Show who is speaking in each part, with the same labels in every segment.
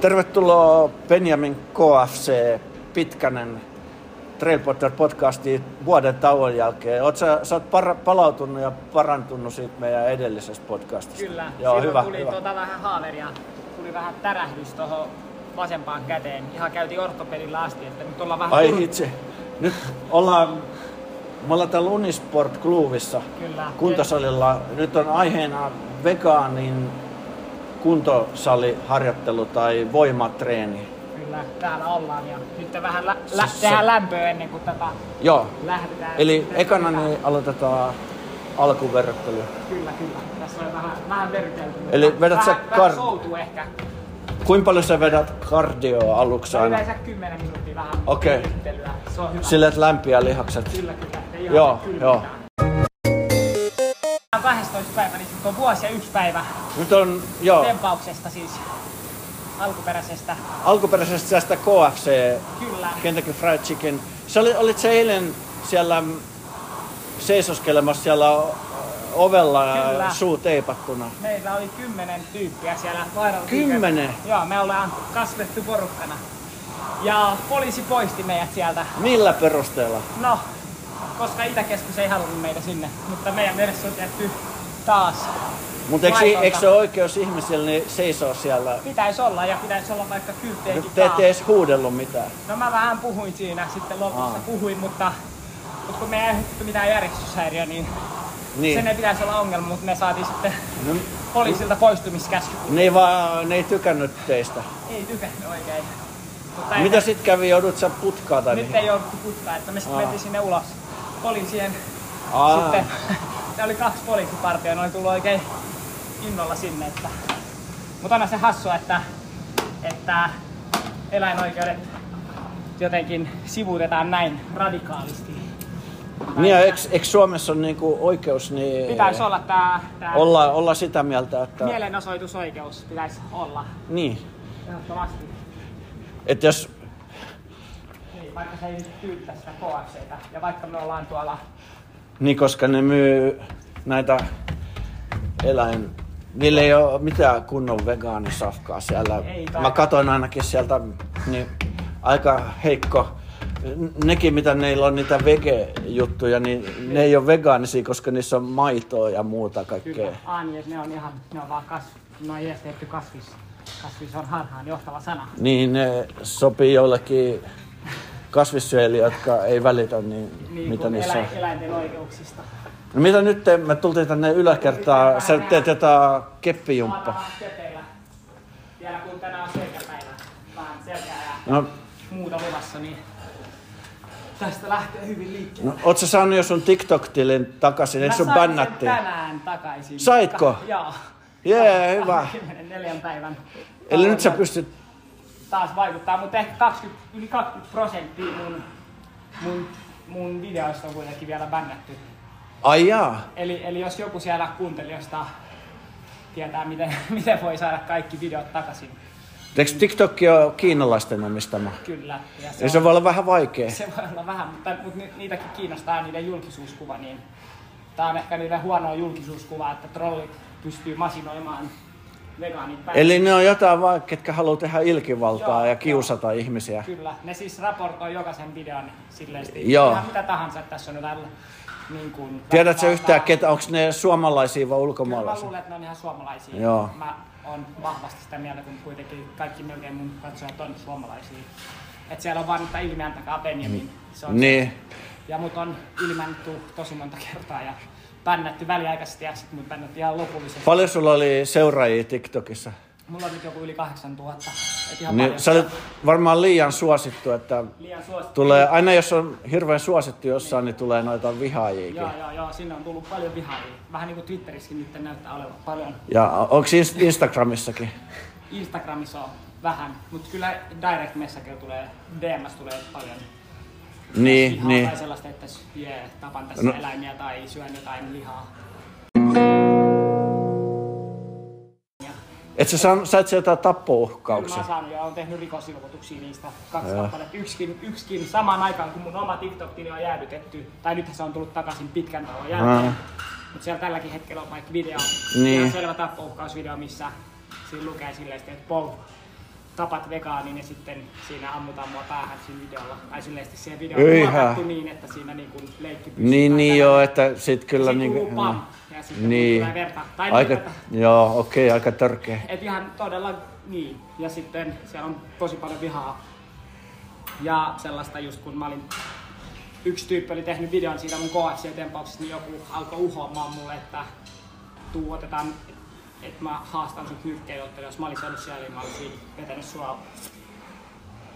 Speaker 1: Tervetuloa Benjamin KFC Pitkänen Trailpotter podcastiin vuoden tauon jälkeen. Oot sä, sä oot para, palautunut ja parantunut siitä meidän edellisestä podcastista.
Speaker 2: Kyllä,
Speaker 1: Joo,
Speaker 2: silloin
Speaker 1: hyvä,
Speaker 2: tuli
Speaker 1: hyvä.
Speaker 2: Tuota vähän haaveria, tuli vähän tärähdys tuohon vasempaan käteen. Ihan käytiin ortopedillä asti, että nyt ollaan vähän...
Speaker 1: Ai
Speaker 2: tur-
Speaker 1: hitse. Nyt ollaan, me ollaan täällä Unisport Clubissa
Speaker 2: Kyllä.
Speaker 1: kuntosalilla. Nyt on aiheena vegaanin kuntosaliharjoittelu tai voimatreeni.
Speaker 2: Kyllä, täällä ollaan ja nyt vähän lä- lä-
Speaker 1: Se- se-
Speaker 2: tehdään lämpöä ennen kuin tätä
Speaker 1: Joo.
Speaker 2: lähdetään.
Speaker 1: Eli
Speaker 2: Tässä
Speaker 1: ekana
Speaker 2: on vähän-
Speaker 1: niin aloitetaan alkuverrottelu.
Speaker 2: Kyllä, kyllä. Tässä on vähän, vähän veritelty.
Speaker 1: Eli
Speaker 2: mutta
Speaker 1: vedät sä
Speaker 2: vähän, vähän
Speaker 1: kar-
Speaker 2: soutuu ehkä.
Speaker 1: Kuinka paljon sä vedät kardioa aluksi
Speaker 2: Se on
Speaker 1: aina?
Speaker 2: yleensä 10 minuuttia vähän
Speaker 1: Okei.
Speaker 2: virkittelyä. Se on hyvä.
Speaker 1: Sillä, että lämpiä lihakset.
Speaker 2: Kyllä, kyllä. Ei
Speaker 1: Joo,
Speaker 2: ihan kylmää.
Speaker 1: joo.
Speaker 2: Tää on 12 päivä, niin sitten on vuosi ja yksi päivä
Speaker 1: Nyt on, joo,
Speaker 2: tempauksesta siis alkuperäisestä.
Speaker 1: alkuperäisestä tästä KFC,
Speaker 2: Kyllä.
Speaker 1: Kentucky Fried Chicken. Sä olit, olit se eilen siellä mm, seisoskelemassa siellä o- ovella ja
Speaker 2: Kyllä.
Speaker 1: suu teipattuna.
Speaker 2: Meillä oli kymmenen tyyppiä siellä vaaralla.
Speaker 1: Kymmenen?
Speaker 2: Joo, me ollaan kasvettu porukkana. Ja poliisi poisti meidät sieltä.
Speaker 1: Millä perusteella?
Speaker 2: No, koska Itäkeskus ei halunnut meitä sinne, mutta meidän mielessä on tehty taas.
Speaker 1: Mutta eikö,
Speaker 2: Laitonta.
Speaker 1: eikö se ole oikeus ihmisillä niin seisoo siellä?
Speaker 2: Pitäisi olla ja pitäisi olla vaikka kylttejäkin
Speaker 1: Nyt te ette
Speaker 2: taas.
Speaker 1: edes huudellut mitään.
Speaker 2: No mä vähän puhuin siinä, sitten lopussa
Speaker 1: Aa.
Speaker 2: puhuin, mutta, mutta kun me ei aiheutettu mitään järjestyshäiriöä, niin, niin, sen
Speaker 1: Niin.
Speaker 2: ei pitäisi olla ongelma, mutta me saatiin sitten
Speaker 1: No,
Speaker 2: poliisilta poistumiskäsky.
Speaker 1: ne ei vaan, ne ei tykännyt teistä.
Speaker 2: Ei tykännyt oikein. Mutta ei-
Speaker 1: Mitä sit kävi, joudut sä putkaa tai
Speaker 2: Nyt
Speaker 1: mihin?
Speaker 2: ei jouduttu putkaa, että me sitten
Speaker 1: Aa.
Speaker 2: mentiin sinne ulos poliisien.
Speaker 1: Aa.
Speaker 2: Sitten ne oli kaksi poliisipartioa, ne oli tullut oikein innolla sinne. Että. Mutta aina se hassua, että, että eläinoikeudet jotenkin sivuutetaan näin radikaalisti.
Speaker 1: Niin, ja eikö, eikö Suomessa on niinku oikeus niin
Speaker 2: Pitäisi olla tämä tää
Speaker 1: olla, olla sitä mieltä, että...
Speaker 2: mielenosoitusoikeus, pitäisi olla
Speaker 1: Niin.
Speaker 2: ehdottomasti.
Speaker 1: Että jos...
Speaker 2: Niin, vaikka se ei nyt tyyttä sitä KFCtä ja vaikka me ollaan tuolla
Speaker 1: Niin, koska ne myy näitä eläin... Niillä ei ole mitään kunnon vegaanisafkaa siellä.
Speaker 2: Ei taida.
Speaker 1: Mä katoin ainakin sieltä, niin aika heikko. Nekin, mitä neillä on niitä vege-juttuja, niin ne ei ole vegaanisia, koska niissä on maitoa ja muuta
Speaker 2: Kyllä,
Speaker 1: kaikkea.
Speaker 2: okay. Aanies, ne on ihan, ne on vaan kasvi, ne on edes tehty kasvis. Kasvis on harhaan johtava sana.
Speaker 1: Niin ne sopii joillekin kasvissyöjille, jotka ei välitä, niin,
Speaker 2: Niin
Speaker 1: mitä
Speaker 2: kuin
Speaker 1: niissä on.
Speaker 2: eläin, eläinten oikeuksista.
Speaker 1: No mitä nyt, te- me tultiin tänne yläkertaan, sä teet jotain keppijumppa.
Speaker 2: Anna kepeillä. Vielä kun tänään on selkäpäivä, vähän selkää ja
Speaker 1: No,
Speaker 2: muuta luvassa, niin tästä lähtee hyvin liikkeelle.
Speaker 1: no oot sä saanut jo sun TikTok-tilin takaisin, Niin, eikö
Speaker 2: Mä
Speaker 1: sun
Speaker 2: sain sen
Speaker 1: bännättiin?
Speaker 2: tänään takaisin.
Speaker 1: Saitko?
Speaker 2: Ka- joo.
Speaker 1: Jee, hyvä.
Speaker 2: 24 päivän.
Speaker 1: Eli nyt sä
Speaker 2: tauolla.
Speaker 1: pystyt,
Speaker 2: taas vaikuttaa, mutta ehkä 20, yli 20 prosenttia mun, mun, mun videoista on kuitenkin vielä bännätty.
Speaker 1: ai jaa.
Speaker 2: Eli, eli jos joku siellä kuuntelijoista tietää, miten, miten voi saada kaikki videot takaisin.
Speaker 1: Eikö TikTok ole kiinalaisten omistama?
Speaker 2: Kyllä. Ja
Speaker 1: Ei se voi olla vähän vaikea.
Speaker 2: se voi olla vähän, mutta, mutta ni- niitäkin kiinnostaa niiden julkisuuskuva, niin tämä on ehkä niiden huono julkisuuskuva, että trollit pystyy masinoimaan vegaanit päin.
Speaker 1: Eli ne on jotain vaan, ketkä haluaa tehdä ilkivaltaa
Speaker 2: Joo,
Speaker 1: ja
Speaker 2: joo.
Speaker 1: kiusata ihmisiä.
Speaker 2: Kyllä, ne siis raportoi jokaisen videon silleen, että
Speaker 1: Joo.
Speaker 2: ihan mitä tahansa, että tässä on jotain niin kuin...
Speaker 1: Tiedätkö sä yhtään,
Speaker 2: väkivaltaa.
Speaker 1: ketä, onko ne suomalaisia vai
Speaker 2: Kyllä mä
Speaker 1: ulkomaalaisia?
Speaker 2: luulen, että ne on ihan suomalaisia.
Speaker 1: Joo.
Speaker 2: Mä oon vahvasti sitä mieltä, kun kuitenkin kaikki melkein mun katsojat on suomalaisia. Et siellä on vaan nyt tää ilmeän takaa Benjamin. Se on
Speaker 1: Niin.
Speaker 2: Ja mut on ilmännetty tosi monta kertaa ja bännätty väliaikaisesti ja sit mut bännätty ihan lopullisesti.
Speaker 1: Paljon sulla oli seuraajia TikTokissa?
Speaker 2: Mulla on nyt joku yli 8000. Et ihan
Speaker 1: Niin,
Speaker 2: paljon.
Speaker 1: sä olet varmaan liian suosittu, että
Speaker 2: Liian suosittu.
Speaker 1: tulee, aina jos on hirveän suosittu jossain, niin tulee noita vihaajiakin.
Speaker 2: Joo, joo, joo. Sinne on tullut paljon vihaajia. Vähän niinku Twitterissäkin nyt näyttää olevan paljon.
Speaker 1: Ja onko Instagramissakin?
Speaker 2: Instagramissa on vähän, mutta kyllä direct message tulee, DMS tulee paljon
Speaker 1: Niin,
Speaker 2: lihaa
Speaker 1: niin.
Speaker 2: tai sellaista, että s- jee, tapan tässä
Speaker 1: No.
Speaker 2: eläimiä tai syön jotain lihaa.
Speaker 1: Et sä, saan, sä et saa jotain
Speaker 2: Kyllä mä
Speaker 1: tappouhkauksia.
Speaker 2: oon saanut ja olen tehnyt rikosilmoituksia niistä kaksi kappaletta. Yksikin, yksikin samaan aikaan, kun mun oma TikTok-tili on jäädytetty, tai nythän se on tullut takaisin pitkän tauon jälkeen.
Speaker 1: Aa.
Speaker 2: Mutta siellä tälläkin hetkellä on vaikka video,
Speaker 1: Niin.
Speaker 2: ihan selvä tappouhkausvideo, missä siinä lukee silleen, sitten, että pol, tapat vegaanin ja sitten siinä ammutaan mua päähän siinä videolla. Tai silleen sitten se video
Speaker 1: Yhä.
Speaker 2: on muokattu niin, että siinä niinku leikki pystytään
Speaker 1: Niin, niin
Speaker 2: käymään.
Speaker 1: joo, että sit kyllä
Speaker 2: Sit
Speaker 1: niin
Speaker 2: kuuluu
Speaker 1: kuin,
Speaker 2: pam, ja sitten
Speaker 1: niin.
Speaker 2: tulee verta. Tai
Speaker 1: Aika,
Speaker 2: niin, että-
Speaker 1: joo, okei, okay, aika törkeä.
Speaker 2: Et ihan todella niin. Ja sitten siellä on tosi paljon vihaa. Ja sellaista just kun mä olin, yksi tyyppi oli tehnyt videon siitä mun KFC-tempauksesta, niin joku alkoi uhoamaan mulle, että tuu otetaan, että mä haastan sut nyrkkeilyottelun. Jos mä olisin ollut siellä, niin mä olisin vetänyt sua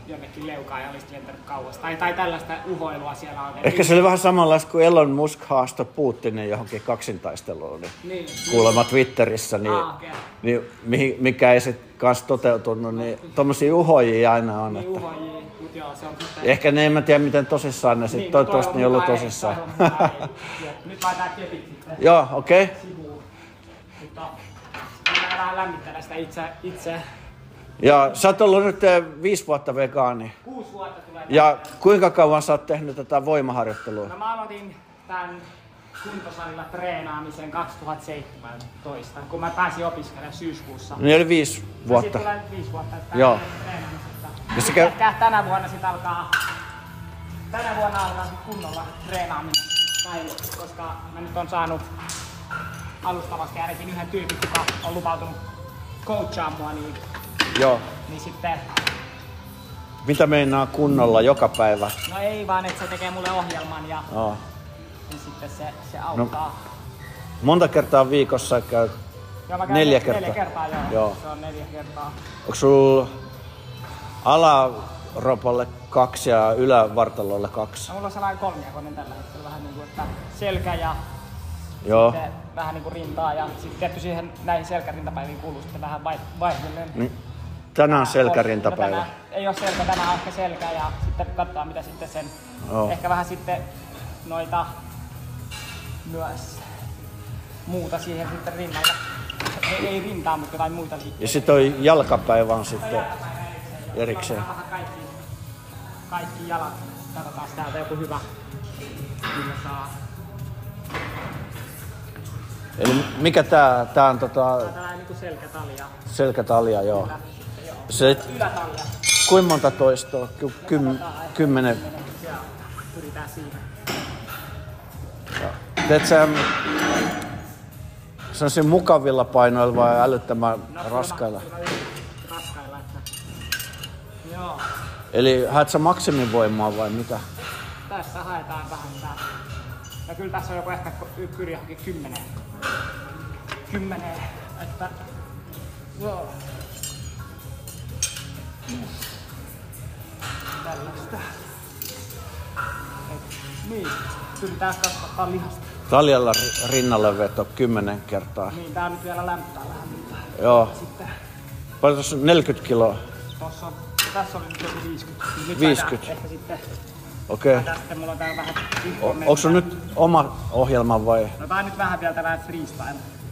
Speaker 2: jonnekin leukaan ja olisit lentänyt kauas. Tai, tai tällaista uhoilua siellä on. Et
Speaker 1: Ehkä se oli vähän samanlaista kuin Elon Musk haastoi Putinin johonkin kaksintaisteluun, niin
Speaker 2: niin,
Speaker 1: kuulemma Twitterissä, niin,
Speaker 2: Ah, okei.
Speaker 1: niin mihin- mikä ei sit kanssa toteutunut, niin tommosia uhojia aina on.
Speaker 2: Niin
Speaker 1: Että.
Speaker 2: uhoajia, mut joo, se on sitten...
Speaker 1: Ehkä ne, en mä tiedä miten tosissaan ne sit,
Speaker 2: Niin, no
Speaker 1: toivottavasti
Speaker 2: toivon
Speaker 1: ne ei ollut
Speaker 2: mukaan ei,
Speaker 1: tosissaan.
Speaker 2: toivon mukaan ei. Jep, Nyt laitetaan kepit sitten
Speaker 1: Joo, okei. Okay.
Speaker 2: sivuun. Mutta mennään vähän lämmittää sitä itse, itse.
Speaker 1: Ja sä oot ollut nyt eh, viisi vuotta vegaani.
Speaker 2: Kuusi vuotta tulee.
Speaker 1: Ja
Speaker 2: täyteen.
Speaker 1: kuinka kauan sä oot tehnyt tätä voimaharjoittelua?
Speaker 2: No mä aloitin tämän kuntosalilla treenaamisen 2017, kun mä pääsin opiskelemaan syyskuussa.
Speaker 1: Niin oli viisi vuotta.
Speaker 2: Sitten Siis tulee viisi vuotta että
Speaker 1: Joo.
Speaker 2: treenaamisesta.
Speaker 1: Ja se käy-
Speaker 2: Ehkä tänä vuonna sit alkaa, tänä vuonna alkaa sit kunnolla treenaaminen. Tai, koska mä nyt on saanut alustavasti ainakin yhden tyypin, joka on lupautunut coachaan mua, niin,
Speaker 1: Joo.
Speaker 2: niin sitten,
Speaker 1: Mitä meinaa kunnolla joka päivä?
Speaker 2: no ei vaan, että se tekee mulle ohjelman ja
Speaker 1: Joo.
Speaker 2: niin sitten se, se
Speaker 1: No,
Speaker 2: auttaa.
Speaker 1: Monta kertaa viikossa käy.
Speaker 2: Joo, mä käyn
Speaker 1: neljä
Speaker 2: nel- Neljä
Speaker 1: kertaa.
Speaker 2: kertaa, joo.
Speaker 1: Joo.
Speaker 2: Se on neljä kertaa.
Speaker 1: Onko sulla alaropalle kaksi ja ylävartalolle kaksi?
Speaker 2: No, mulla on sellainen kolmiakoinen tällä hetkellä vähän niin kuin, että selkä ja
Speaker 1: Joo.
Speaker 2: sitten vähän niinku rintaa ja sitten tietty siihen näihin selkärintapäiviin kuuluu sitten vähän vai, vaihdellen.
Speaker 1: Niin. Tänään
Speaker 2: No
Speaker 1: selkärintapäivä.
Speaker 2: tänään ei ole selkä, tänään on ehkä selkä ja sitten katsotaan mitä sitten sen,
Speaker 1: Joo.
Speaker 2: ehkä vähän sitten noita myös muuta siihen sitten rinnalle. Ei, ei rintaa, mutta jotain muita
Speaker 1: Ja
Speaker 2: liikkeitä.
Speaker 1: sitten on jalkapäivä on sitten erikseen.
Speaker 2: Otetaan vähän Kaikki, kaikki jalat. Katsotaan täältä joku hyvä. Kyllä saa.
Speaker 1: Eli mikä tää? Tää on tota
Speaker 2: Tällainen niinku selkätalia.
Speaker 1: selkätalia, joo.
Speaker 2: Kyllä, sitten joo.
Speaker 1: Se,
Speaker 2: Ylätalia.
Speaker 1: kuinka monta toistoa? Ky, kym, kymmenen.
Speaker 2: Joo, pyritään siihen.
Speaker 1: Teet sä sellaisilla mukavilla painoilla vai älyttömän raskailla?
Speaker 2: kyllä mä- kyllä mä yritän Raskailla, että... Joo,
Speaker 1: Eli haet sä maksimivoimaa vai mitä?
Speaker 2: tässä haetaan vähän tää. Ja kyllä tässä on joku ehkä ko- y- pyri johonkin kymmeneen. Kymmeneen, että... Joo. Tällaista. Et, niin, pyritään kasvattaa lihasta.
Speaker 1: Taljalla ri- rinnalle veto 10 kertaa.
Speaker 2: Niin, tää nyt vielä lämpää vähän, mutta
Speaker 1: Joo.
Speaker 2: sitten
Speaker 1: Paljon tuossa on? 40 kiloa.
Speaker 2: Tossa on, tässä oli nyt joku 50. Nyt taitaa
Speaker 1: 50.
Speaker 2: Ehkä sitten,
Speaker 1: Okei.
Speaker 2: tää sitten mulla on täällä vähän
Speaker 1: O-
Speaker 2: infoa
Speaker 1: Onko sulla
Speaker 2: mennä.
Speaker 1: nyt oma ohjelma vai?
Speaker 2: No tää on nyt vähän vielä tällainen freestyle.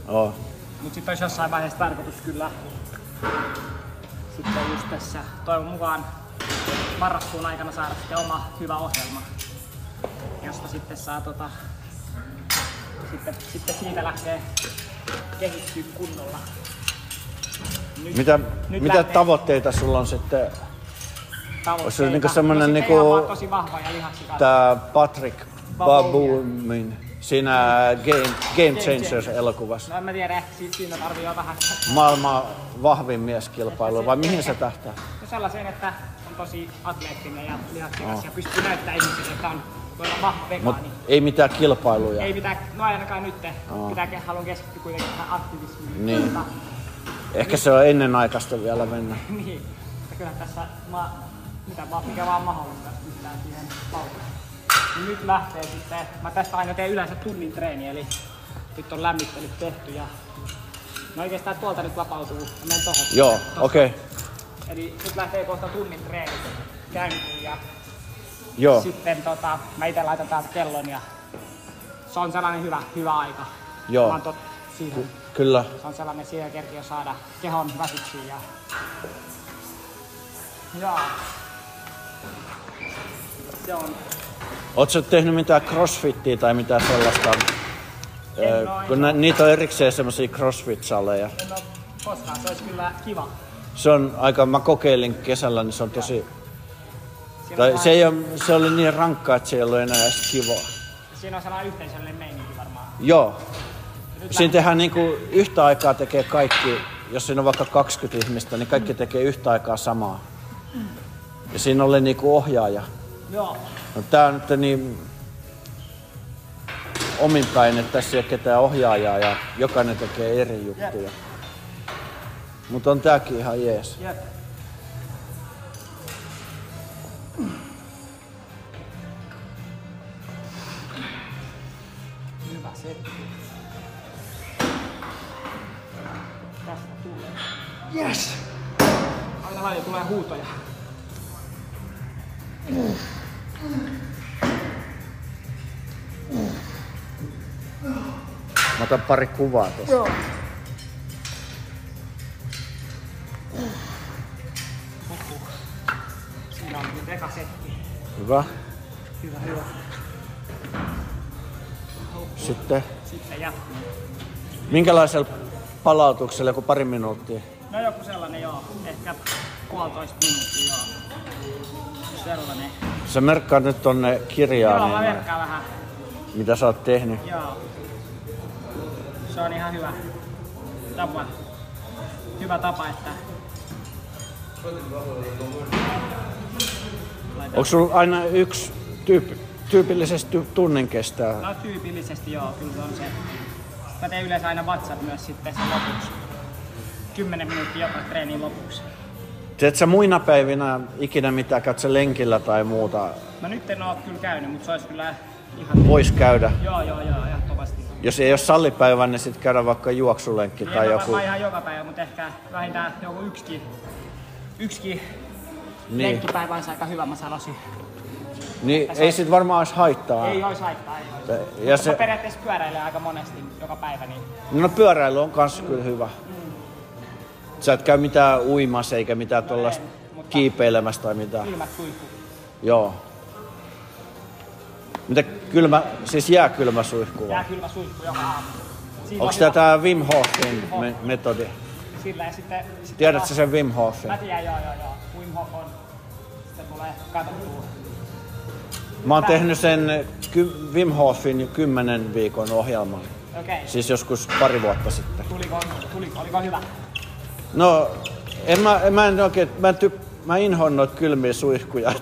Speaker 1: Joo.
Speaker 2: Mut sit olisi jossain vaiheessa tarkoitus kyllä sitten just tässä toivon mukaan marraskuun aikana saada sitten oma hyvä ohjelma, josta sitten saa tota, sitten, sitten siitä lähtee kehittyä kunnolla. Nyt,
Speaker 1: Mitä,
Speaker 2: nyt
Speaker 1: mitä
Speaker 2: lähtee
Speaker 1: tavoitteita sulla on sitten?
Speaker 2: tavoitteita.
Speaker 1: Onks se niinku semmonen
Speaker 2: No
Speaker 1: niinku-
Speaker 2: sitten ihan vaan tosi vahva ja lihaksikas.
Speaker 1: Tää Patrick
Speaker 2: Babunia.
Speaker 1: Babumin siinä Game, Game Changers-elokuvassa.
Speaker 2: No en mä tiedä, ehkä siitä, siinä tarvii vähän
Speaker 1: Maailman vahvin mieskilpailu, vai mihin se tähtää?
Speaker 2: no sellaiseen, että on tosi atleettinen ja lihaksikas ja pystyy näyttämään ihmisille, että on voi olla vahva
Speaker 1: Mut
Speaker 2: vegaani.
Speaker 1: ei mitään kilpailuja.
Speaker 2: Ei mitään, no ainakaan nyt,
Speaker 1: Joo.
Speaker 2: pitää, ke- haluan keskittyä kuitenkin tähän aktivismiin. Tota,
Speaker 1: Niin.
Speaker 2: Mutta,
Speaker 1: Ehkä se on ennen aikaista vielä mennä.
Speaker 2: niin, mutta kyllä tässä ma, mitä vaan, mikä vaan mahdollista, jos pystytään siihen vauhtiin. Niin nyt lähtee sitten, mä tästä aina teen yleensä tunnin treeni, eli nyt on lämmittelyt tehty ja no oikeastaan tuolta nyt vapautuu, mä menen tohon.
Speaker 1: Joo,
Speaker 2: Tosta.
Speaker 1: okei.
Speaker 2: Eli nyt lähtee kohta tunnin treenit käyntiin ja
Speaker 1: Joo,
Speaker 2: sitten tota, mä itse laitan täältä kellon ja se on sellainen hyvä, hyvä aika.
Speaker 1: Joo.
Speaker 2: Mä oon tot, siihen,
Speaker 1: kyllä.
Speaker 2: se on sellainen siihen kerkiä saada kehon väsyksiin ja... Joo. Se on
Speaker 1: Oletko tehnyt mitään crossfittiä tai mitään sellaista?
Speaker 2: En
Speaker 1: Ö,
Speaker 2: oo no,
Speaker 1: Kun nä, niitä on erikseen semmoisia crossfit-saleja.
Speaker 2: en ole koskaan, se olisi kyllä kiva.
Speaker 1: se on aika, mä kokeilin kesällä, niin se on tosi...
Speaker 2: Siinä
Speaker 1: Tai
Speaker 2: on
Speaker 1: se, ei ole, se oli niin rankkaa, että se ei ollut enää edes kivaa.
Speaker 2: Siinä on sellainen yhteisöllinen meininki varmaan.
Speaker 1: Joo.
Speaker 2: Nyt
Speaker 1: Siinä tehdään niin kuin yhtä aikaa tekee kaikki, jos siinä on vaikka 20 ihmistä, niin kaikki tekee yhtä aikaa samaa. Ja siinä oli niin kuin ohjaaja.
Speaker 2: lähdetään- Joo.
Speaker 1: No, tää on nyt niin omin päin, että tässä ei ole ketään ohjaajaa ja jokainen tekee eri juttuja. Mutta on tääkin ihan jees.
Speaker 2: Jep. Hyvä setti. Tästä tulee. Yes! Aina välillä tulee huutoja.
Speaker 1: Mä otan pari kuvaa tuossa.
Speaker 2: Joo. Siinä on nyt eka setti.
Speaker 1: Hyvä.
Speaker 2: Hyvä, hyvä.
Speaker 1: Sitten
Speaker 2: Sitten jatkuu.
Speaker 1: minkälaisella palautuksella, joku pari minuuttia?
Speaker 2: No joku sellainen joo, ehkä puolitoista minuuttia joo. Sellainen.
Speaker 1: Sä merkkaat nyt tonne
Speaker 2: Joo,
Speaker 1: kirjaan,
Speaker 2: mä
Speaker 1: niin,
Speaker 2: verkkaan vähän.
Speaker 1: mitä sä oot tehnyt.
Speaker 2: Joo. Se on ihan hyvä tapa. Hyvä tapa, että...
Speaker 1: Onko sulla aina yksi tyyppi, tyypillisesti tu- tunnin kestää?
Speaker 2: No tyypillisesti joo, kyllä se on se. Mä teen yleensä aina vatsat myös sitten sen lopuksi. 10 minuuttia joka treenin lopuksi.
Speaker 1: Teet sä muina päivinä ikinä mitä, käyt sä lenkillä tai muuta?
Speaker 2: Mä nyt en oo kyllä käynyt, mutta se olisi kyllä ihan...
Speaker 1: Vois käydä.
Speaker 2: Joo, joo, joo, ehdottomasti.
Speaker 1: Jos ei ole sallipäivä, niin sitten käydään vaikka juoksulenkki
Speaker 2: Ei
Speaker 1: tai
Speaker 2: mä
Speaker 1: joku.
Speaker 2: Niin, no varmaan ihan joka päivä, mutta ehkä vähintään joku yksikin, yksikin niin.
Speaker 1: Niin,
Speaker 2: lenkkipäivä olisi aika hyvä, mä sanoisin.
Speaker 1: niin ei sit varmaan olisi haittaa.
Speaker 2: Ei olisi haittaa. Ei. olisi.
Speaker 1: Ja
Speaker 2: Mä
Speaker 1: se,
Speaker 2: periaatteessa pyöräilen aika monesti joka päivä, niin
Speaker 1: no pyöräily on kans kyllä hyvä.
Speaker 2: Mm.
Speaker 1: Sä et käy mitään uimassa eikä mitään tuollaista
Speaker 2: en, No mutta-
Speaker 1: kiipeilemässä tai mitään.
Speaker 2: kylmät suihkut.
Speaker 1: Joo. Mitä kylmä, siis jääkylmä suihku vai?
Speaker 2: Jää kylmä suihku joka aamu. Siinä
Speaker 1: Onko
Speaker 2: on
Speaker 1: tämä
Speaker 2: hyvä.
Speaker 1: tää Wim Hofin me- metodi?
Speaker 2: Sillä ja sitten... sitten
Speaker 1: Tiedätkö
Speaker 2: taas-
Speaker 1: sä sen Wim Hofin?
Speaker 2: Mä tiedän, joo, joo, joo. Wim Hof on. Sitten tulee katsottua.
Speaker 1: Mä oon tehnyt sen ky- Wim Hofin 10 viikon ohjelman.
Speaker 2: Okei. Okay.
Speaker 1: Siis joskus pari vuotta sitten.
Speaker 2: Tuliko, tuliko, oliko hyvä?
Speaker 1: No, en mä, en, mä en oikein, mä, en ty- mä inhoan noita kylmiä suihkuja,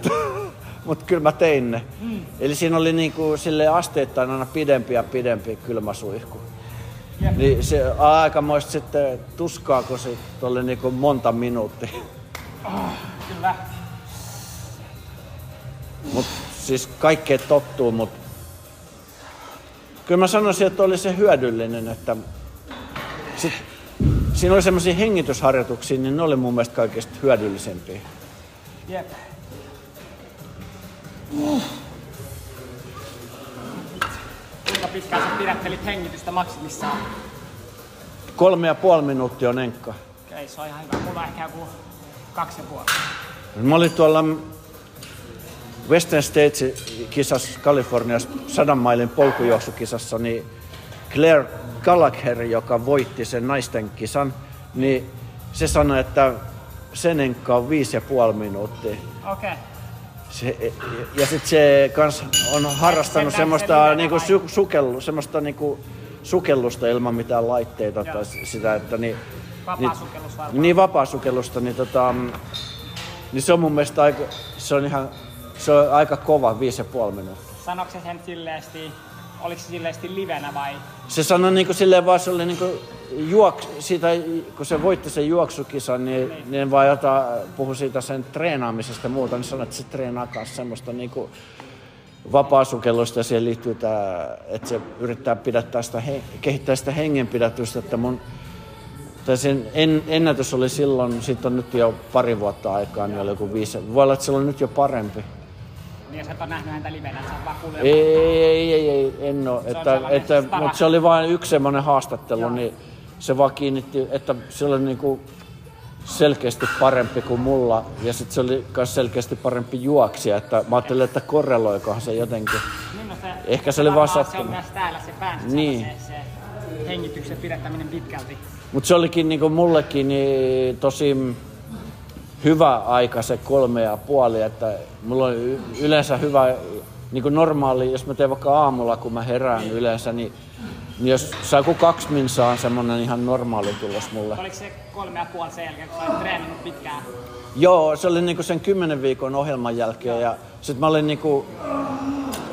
Speaker 1: mutta kyllä mä tein ne. Eli siinä oli niinku sille asteittain aina pidempi ja pidempi kylmä suihku.
Speaker 2: Jep.
Speaker 1: Niin se aikamoista sitten tuskaa, kun se oli niinku monta minuuttia.
Speaker 2: Kyllä.
Speaker 1: Mut siis kaikkea tottuu, mutta kyllä mä sanoisin, että oli se hyödyllinen, että sit, siinä oli semmoisia hengitysharjoituksia, niin ne oli mun mielestä kaikista hyödyllisempiä.
Speaker 2: Jep. Kuinka pitkään sä pidättelit hengitystä maksimissaan?
Speaker 1: Kolme ja puoli minuuttia on enkka.
Speaker 2: Okei, se on ihan hyvä. Mulla on ehkä joku kaksi ja puoli.
Speaker 1: Mä olin tuolla Western States-kisassa Kaliforniassa, sadan mailin polkujuoksukisassa, niin Claire Gallagher, joka voitti sen naisten kisan, niin se sanoi, että sen enkka on viisi ja puoli minuuttia.
Speaker 2: Okei.
Speaker 1: Se, e, ja sitten se kans on harrastanut
Speaker 2: Sen
Speaker 1: semmoista
Speaker 2: näyttää
Speaker 1: niinku
Speaker 2: livenä
Speaker 1: su, sukellu, semmoista niinku sukellusta ilman mitään laitteita
Speaker 2: Joo.
Speaker 1: tai s- sitä, että niin,
Speaker 2: Vapaa sukellus varmaan.
Speaker 1: niin vapaasukellusta, niin, tota, mm, niin se on mun mielestä aika, se on ihan, se on aika kova, viisi ja puoli minuuttia.
Speaker 2: Sanoiko se sen silleesti, oliko se silleesti livenä vai?
Speaker 1: Se sanoi niinku silleen vaan, se oli niinku juoks, siitä, kun se voitti sen juoksukisan, niin, niin vaan jota, puhu siitä sen treenaamisesta ja muuta, niin sanoi, että se treenaa myös semmoista niinku vapaasukellusta ja siihen liittyy tämä, että se yrittää pidättää sitä, he- kehittää sitä hengenpidätystä, että mun tai sen en, ennätys oli silloin, siitä on nyt jo pari vuotta aikaa, niin oli joku viisi. Voi olla, että se on nyt jo parempi.
Speaker 2: Niin jos et ole nähnyt häntä livenä, sä oot vaan kuullut.
Speaker 1: Ei, ei, ei, ei, ei en ole. Että,
Speaker 2: sellainen
Speaker 1: että,
Speaker 2: stara.
Speaker 1: mutta se oli vain yksi semmoinen haastattelu,
Speaker 2: Joo.
Speaker 1: niin se vaan kiinnitti, että se oli niinku selkeästi parempi kuin mulla. Ja sitten se oli myös selkeästi parempi juoksija. Että mä ajattelin, että korreloikohan se jotenkin.
Speaker 2: Niin no se,
Speaker 1: Ehkä se oli
Speaker 2: varmaan
Speaker 1: vaan
Speaker 2: Se on
Speaker 1: sattunut.
Speaker 2: myös täällä se päänsä
Speaker 1: Niin.
Speaker 2: niin. se, se hengityksen pidättäminen pitkälti.
Speaker 1: Mutta se olikin niinku mullekin niin tosi hyvä aika se kolme ja puoli, että mulla on y- yleensä hyvä, niin kuin normaali, jos mä teen vaikka aamulla, kun mä herään yleensä, niin, niin jos saa joku kaksi minsaa on semmonen ihan normaali tulos mulle.
Speaker 2: Oliko se kolme ja puoli sen jälkeen, kun sä olit treenannut pitkään?
Speaker 1: Joo, se oli niinku sen kymmenen viikon ohjelman jälkeen ja sit mä olin niinku...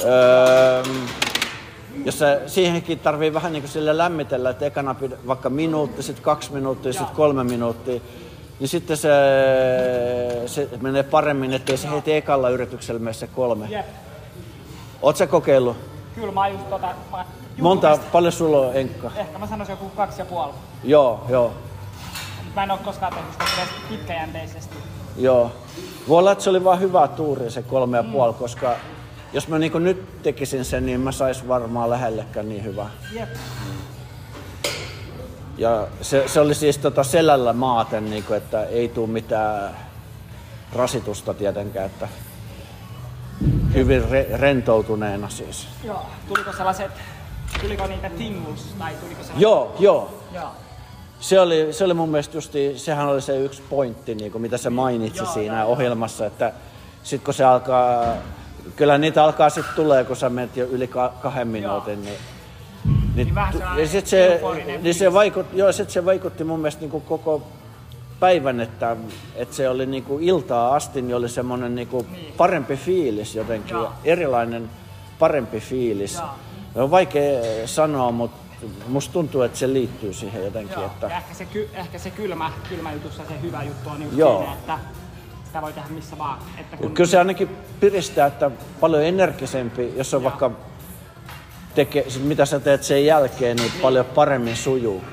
Speaker 1: Öö, jos se, siihenkin tarvii vähän niinku sille lämmitellä, että ekana pidä, vaikka minuutti, sitten kaksi minuuttia, sitten kolme minuuttia. Niin sitten se, se menee paremmin, ettei se heti ekalla yrityksellä mene se kolme.
Speaker 2: Jep.
Speaker 1: Oot sä kokeillut?
Speaker 2: Kyllä mä oon just tota... Mä, juu,
Speaker 1: Monta,
Speaker 2: tästä-
Speaker 1: paljon sulla on enkka?
Speaker 2: Ehkä mä sanoisin joku kaksi ja puoli.
Speaker 1: Joo, joo.
Speaker 2: Mut Mä en oo koskaan tehnyt sitä edes pitkäjänteisesti.
Speaker 1: Joo. Voi olla, että se oli vaan hyvä tuuri se kolme ja puoli, koska jos mä niin nyt tekisin sen, niin mä sais varmaan lähellekään niin hyvä.
Speaker 2: Jep.
Speaker 1: Ja se, se oli siis tota selällä maaten, niin kuin, että ei tule mitään rasitusta tietenkään, että hyvin re, rentoutuneena siis.
Speaker 2: Joo. Tuliko sellaiset... Tuliko niitä tingles tai tuliko sellaiset...
Speaker 1: Joo, joo.
Speaker 2: Joo.
Speaker 1: Se oli, se oli mun mielestä justi, sehän oli se yksi pointti, niin kuin mitä se mainitsi
Speaker 2: Joo,
Speaker 1: siinä
Speaker 2: joo, joo.
Speaker 1: ohjelmassa, että sit kun se alkaa, kyllä niitä alkaa sitten tulee, kun sä menet jo yli ka- kahden minuutin, niin, niin,
Speaker 2: vähän
Speaker 1: tu-
Speaker 2: sellainen
Speaker 1: ja sit se,
Speaker 2: euforinen
Speaker 1: niin se, vaikut, joo, sit se vaikutti mun mielestä niin kuin koko päivän, että, että se oli niin kuin iltaa asti, niin oli semmoinen niin kuin parempi fiilis jotenkin,
Speaker 2: Joo.
Speaker 1: erilainen parempi fiilis. On vaikea sanoa, mutta musta tuntuu, että se liittyy siihen jotenkin.
Speaker 2: Joo.
Speaker 1: Että,
Speaker 2: Ja ehkä se, ky, ehkä se kylmä, kylmä jutussa se hyvä juttu on just
Speaker 1: Joo.
Speaker 2: siinä, että sitä voi tehdä missä vaan. Että kun,
Speaker 1: Kyllä se ainakin piristää, että paljon energisempi, jos on vaikka teke, siis mitä sä teet sen jälkeen, niin paljon paremmin sujuu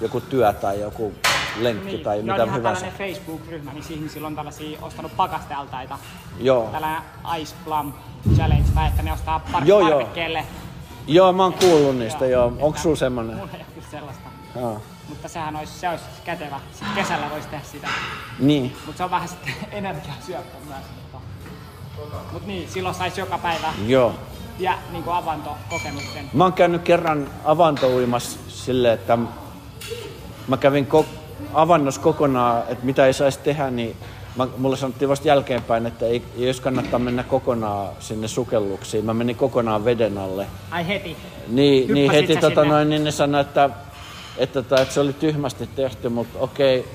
Speaker 1: joku työ tai joku lenkki
Speaker 2: niin,
Speaker 1: tai
Speaker 2: ja
Speaker 1: mitä
Speaker 2: on ihan
Speaker 1: hyvänsä.
Speaker 2: tällainen Facebook-ryhmä, niin missä ihmisillä on tällaisia ostanut pakasteltaita.
Speaker 1: Joo.
Speaker 2: Tällainen Ice Plum Challenge, tai että ne ostaa par-
Speaker 1: Joo,
Speaker 2: joo,
Speaker 1: joo.
Speaker 2: parvekkeelle.
Speaker 1: Joo, mä oon kuullut niistä, joo. Onko
Speaker 2: Että
Speaker 1: sulla semmonen?
Speaker 2: Mulla ei ole kyllä sellaista.
Speaker 1: Joo.
Speaker 2: Mutta sehän olisi, se olisi kätevä. Sitten kesällä voisi tehdä sitä.
Speaker 1: Niin,
Speaker 2: Mutta se on vähän sitten energiaa syöppä myös. Mutta Mut niin, silloin saisi joka päivä
Speaker 1: joo.
Speaker 2: ja niin kuin avantokokemuksen.
Speaker 1: Mä oon käynyt kerran avantouimassa silleen, että mä kävin ko- avannos kokonaan, että mitä ei saisi tehdä, niin mä, mulle sanottiin vasta jälkeenpäin, että ei, jos kannattaa mennä kokonaan sinne sukelluksiin. Mä menin kokonaan veden alle.
Speaker 2: Ai heti.
Speaker 1: Niin, niin
Speaker 2: Hyppäsit
Speaker 1: heti
Speaker 2: sä
Speaker 1: tota
Speaker 2: sinne?
Speaker 1: noin, niin ne sanoi, että, että, tota, että, että se oli tyhmästi tehty, mutta okei.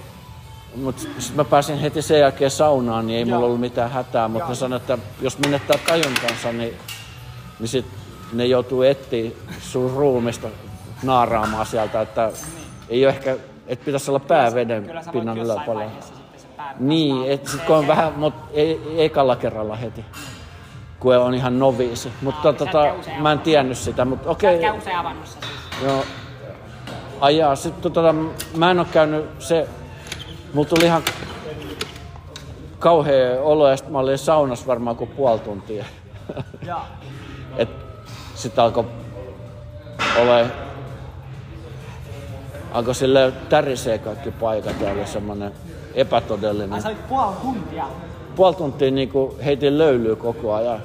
Speaker 1: Mutta sitten mä pääsin heti sen jälkeen saunaan, niin ei mulla ollut mitään hätää, mutta ne sanoi, että jos menettää tajuntansa, niin, niin sit ne joutuu etsiä sun ruumista naaraamaan sieltä, että ei ole ehkä, että pitäisi olla pää veden
Speaker 2: Niin. Kyllä sä voit
Speaker 1: pinnan
Speaker 2: jossain
Speaker 1: yläpuolella.
Speaker 2: vaiheessa sitten sen pään
Speaker 1: Niin,
Speaker 2: nostaa.
Speaker 1: et sit
Speaker 2: Se
Speaker 1: kun on
Speaker 2: ei-
Speaker 1: vähän, mutta ei, ei ekalla kerralla heti, kun on ihan noviisi. Mutta
Speaker 2: Aa, niin sä et
Speaker 1: tota,
Speaker 2: käy usein
Speaker 1: mä en tiennyt sitä, mutta
Speaker 2: Sä
Speaker 1: okei.
Speaker 2: et käy usein avannossa siis.
Speaker 1: Joo. Ajaa. Sitten tota, mä en oo käynyt se... Mulla tuli ihan kauhea olo ja sit mä olin saunassa varmaan kuin puoli tuntia.
Speaker 2: Joo.
Speaker 1: Et sit alkoi ole... Alkoi sille tärisee kaikki paikat ja oli semmonen
Speaker 2: Ai
Speaker 1: epätodellinen.
Speaker 2: sä olit puoli tuntia.
Speaker 1: Puoli tuntia niinku heitin löylyä koko ajan.